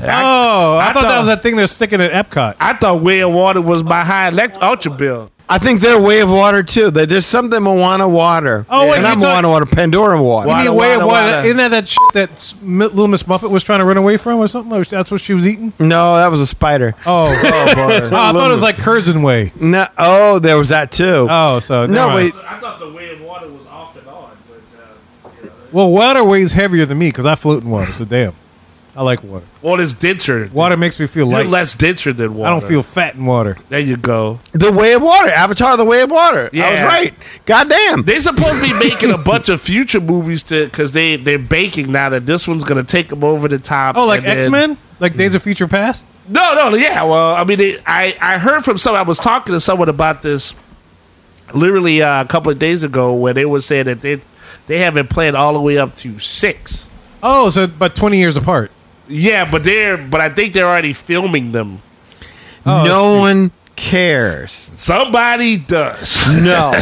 Speaker 3: Yeah.
Speaker 1: Oh, I,
Speaker 2: I
Speaker 1: thought that
Speaker 2: thought-
Speaker 1: was that thing they're sticking at Epcot.
Speaker 2: I, I thought Way of Water was my high elect- ultra bill.
Speaker 3: I think they're Way of Water too. They- There's something Moana Water.
Speaker 1: Oh, wait, you
Speaker 3: and not
Speaker 1: talk-
Speaker 3: Moana Water, Pandora Water.
Speaker 1: You mean
Speaker 2: Wada,
Speaker 1: Way of
Speaker 2: wada,
Speaker 1: Water?
Speaker 2: wada.
Speaker 1: Isn't that that shit that S- M- Little Miss Muffet was trying to run away from or something? Or That's what she was eating?
Speaker 3: No, that was a spider.
Speaker 1: Oh, oh, I thought it was like Curzon Way.
Speaker 3: No, oh, there was that too.
Speaker 1: Oh, so never
Speaker 3: no,
Speaker 1: mind.
Speaker 3: wait.
Speaker 2: I thought the Way of Water was off and on, but. Uh,
Speaker 1: Well, water weighs heavier than me because I float in water. So damn, I like water.
Speaker 2: Water's denser.
Speaker 1: Water makes me feel
Speaker 2: You're
Speaker 1: light.
Speaker 2: less denser than
Speaker 1: I
Speaker 2: water.
Speaker 1: don't feel fat in water.
Speaker 2: There you go.
Speaker 3: The Way of Water, Avatar: The Way of Water. I was
Speaker 2: Yeah.
Speaker 3: right. Goddamn.
Speaker 2: They're supposed to be making a bunch of future movies to because they they're baking now that this one's gonna take them over the top.
Speaker 1: Oh, like
Speaker 2: and then-
Speaker 1: X Men, like Days of Future Past.
Speaker 2: No, no, yeah. Well, I mean, it, I I heard from someone. I was talking to someone about this literally uh, a couple of days ago where they were saying that they they haven't planned all the way up to six.
Speaker 1: Oh, so but twenty years apart.
Speaker 2: Yeah, but they're but I think they're already filming them.
Speaker 1: Oh, that's
Speaker 3: no one cares.
Speaker 2: Somebody does.
Speaker 3: No.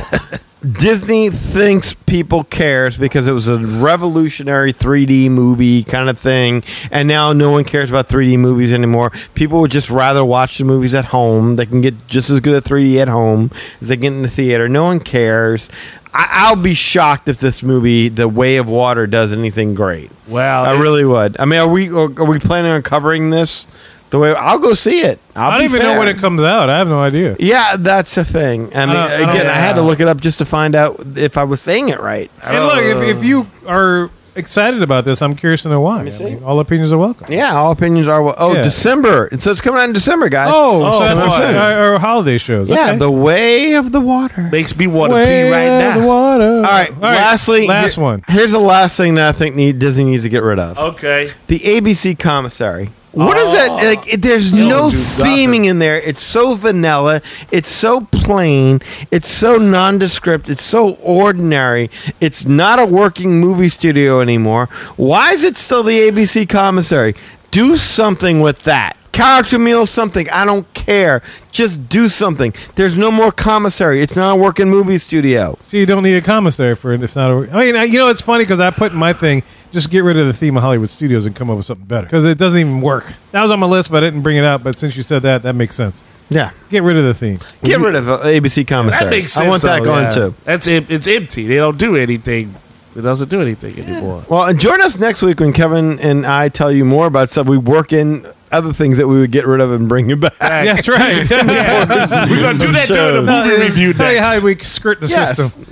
Speaker 3: Disney thinks people cares because it was a revolutionary 3D movie kind of thing, and now no one cares about 3D movies anymore. People would just rather watch the movies at home. They can get just as good at 3D at home as they get in the theater. No one cares. I- I'll be shocked if this movie, The Way of Water, does anything great.
Speaker 2: Well,
Speaker 3: I
Speaker 2: it-
Speaker 3: really would. I mean, are we are we planning on covering this? The way I'll go see it.
Speaker 1: I
Speaker 3: I'll
Speaker 1: don't
Speaker 3: be
Speaker 1: even know
Speaker 3: fair.
Speaker 1: when it comes out. I have no idea.
Speaker 3: Yeah, that's the thing. I mean,
Speaker 1: don't- I don't-
Speaker 3: again, I had to look it up just to find out if I was saying it right.
Speaker 1: And look, if, if you are excited about this, I'm curious to know why. I mean, all opinions are welcome.
Speaker 3: Yeah, all opinions are. Well, oh,
Speaker 1: Yeah.
Speaker 3: December. And so it's coming out in December, guys.
Speaker 1: Oh, so
Speaker 3: that's what I'm saying.
Speaker 1: our, holiday shows.
Speaker 3: yeah,
Speaker 1: okay.
Speaker 3: the way of the water.
Speaker 2: makes me want to
Speaker 1: Way
Speaker 2: pee right
Speaker 1: of the
Speaker 2: now.
Speaker 1: water. All
Speaker 3: All right. lastly,
Speaker 1: last
Speaker 3: here-
Speaker 1: one.
Speaker 3: Here's the last thing that I think need, Disney needs to get rid of.
Speaker 2: Okay.
Speaker 3: the ABC commissary. What is
Speaker 2: Ah.
Speaker 3: that? Like, it- there's no
Speaker 2: do
Speaker 3: theming in there. It's so vanilla. It's so plain. It's so nondescript. It's so ordinary. It's not a working movie studio anymore. Why is it still the ABC commissary? Do something with that. Character meal, something. I don't care. Just do something. There's no more commissary. It's not a working movie studio.
Speaker 1: So you don't need a commissary for it if not. A, I mean, I, you know, it's funny because I put in my thing just get rid of the theme of Hollywood studios and come up with something better because it doesn't even work. That was on my list, but I didn't bring it up. But since you said that, that makes sense.
Speaker 3: Yeah.
Speaker 1: Get rid of the theme.
Speaker 3: Get rid of uh, ABC commissary.
Speaker 2: That makes sense.
Speaker 3: I want that
Speaker 2: though,
Speaker 3: going
Speaker 2: yeah.
Speaker 3: too.
Speaker 2: That's em- it's empty. They don't do anything. It doesn't do anything anymore.
Speaker 3: Well, and join us next week when Kevin and I tell you more about stuff we work in other things that we would get rid of and bring it back.
Speaker 1: Yeah, that's right.
Speaker 2: We're gonna do that during the
Speaker 3: Show.
Speaker 2: movie review
Speaker 1: Tell you how
Speaker 2: next.
Speaker 1: we skirt the
Speaker 3: Yes.
Speaker 1: system.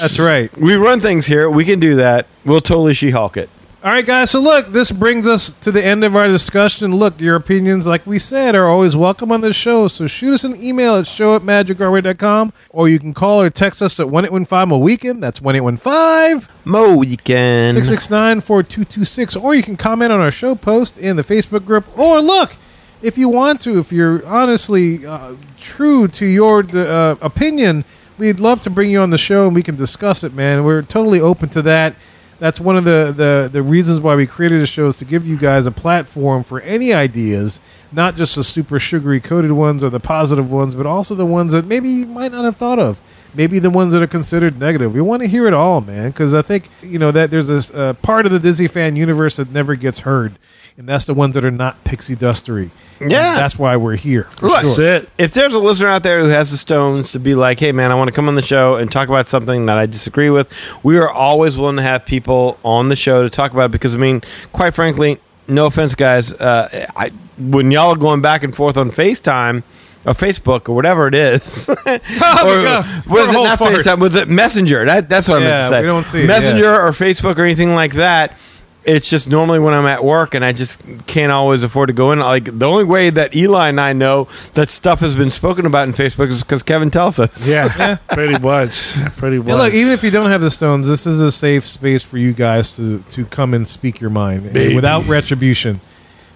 Speaker 1: that's right.
Speaker 3: We run things here. We can do that. We'll totally She-Hulk it.
Speaker 1: All right, guys. So look, this brings us to the end of our discussion. Look, your opinions, like we said, are always welcome on this show. So shoot us an email at show at magicgarway.com, or you can call or text us at 1 815 a weekend. That's 1 815
Speaker 3: Mo weekend.
Speaker 1: 669 4226. Or you can comment on our show post in the Facebook group. Or look, if you want to, if you're honestly uh, true to your uh, opinion, we'd love to bring you on the show and we can discuss it, man. We're totally open to that. That's one of the, the, the reasons why we created the show is to give you guys a platform for any ideas, not just the super sugary coated ones or the positive ones, but also the ones that maybe you might not have thought of maybe the ones that are considered negative. We want to hear it all, man, because I think you know that there's this uh, part of the Disney fan universe that never gets heard, and that's the ones that are not pixie dustery. And
Speaker 3: Yeah.
Speaker 1: that's why we're here. for
Speaker 3: Look,
Speaker 1: sure.
Speaker 2: That's it.
Speaker 3: if there's a listener out there who has the stones to be like, hey man, I want to come on the show and talk about something that I disagree with, we are always willing to have people on the show to talk about it because I mean, quite frankly, no offense, guys, uh, I, when y'all are going back and forth on FaceTime or Facebook or whatever it is, or
Speaker 1: God.
Speaker 3: was
Speaker 1: We're
Speaker 3: it
Speaker 1: whole
Speaker 3: not
Speaker 1: farce.
Speaker 3: FaceTime? Was it Messenger? That, that's what I meant
Speaker 1: Yeah,
Speaker 3: to say.
Speaker 1: we don't see it,
Speaker 3: Messenger
Speaker 1: yeah.
Speaker 3: or Facebook or anything like that. It's just normally when I'm at work and I just can't always afford to go in. Like the only way that Eli and I know that stuff has been spoken about in Facebook is because Kevin tells us.
Speaker 2: Yeah, pretty much. Pretty much.
Speaker 1: Yeah, look, even if you don't have the stones, this is a safe space for you guys to to come and speak your mind and
Speaker 2: Baby.
Speaker 1: without retribution.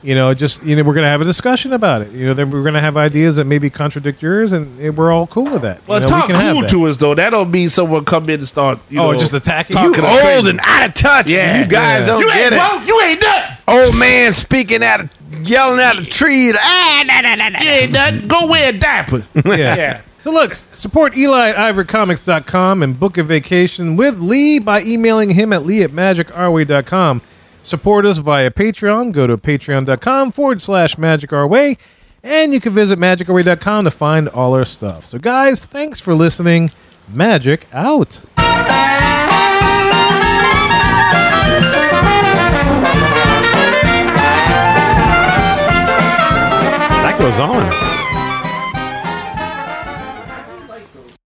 Speaker 1: You know, just you know, we're gonna have a discussion about it. You know, then we're gonna have ideas that maybe contradict yours, and eh, we're all cool with that.
Speaker 2: well,
Speaker 1: you know,
Speaker 2: talk
Speaker 1: have
Speaker 2: cool
Speaker 1: that.
Speaker 2: to us though. That don't mean someone come in and start. You
Speaker 1: Oh,
Speaker 2: know,
Speaker 1: just attacking
Speaker 2: talking
Speaker 1: you. Oh,
Speaker 2: crazy.
Speaker 3: Old and out of touch.
Speaker 2: Yeah.
Speaker 3: You guys
Speaker 1: Yeah.
Speaker 3: don't
Speaker 2: You
Speaker 3: get
Speaker 2: ain't
Speaker 3: it.
Speaker 2: broke. You ain't nothing.
Speaker 3: Old man speaking out of yelling out of tree. Ah, nah, nah, nah, nah.
Speaker 2: You ain't nothing. Go wear a diaper.
Speaker 1: yeah.
Speaker 2: Yeah.
Speaker 1: So look, support Eli at ivorcomics.com and book a vacation with Lee by emailing him at lee at magicourway.com. Support us via Patreon. Go to patreon.com forward slash magicourway. And you can visit magicourway.com to find all our stuff. So guys, thanks for listening. Magic out.
Speaker 3: That goes on.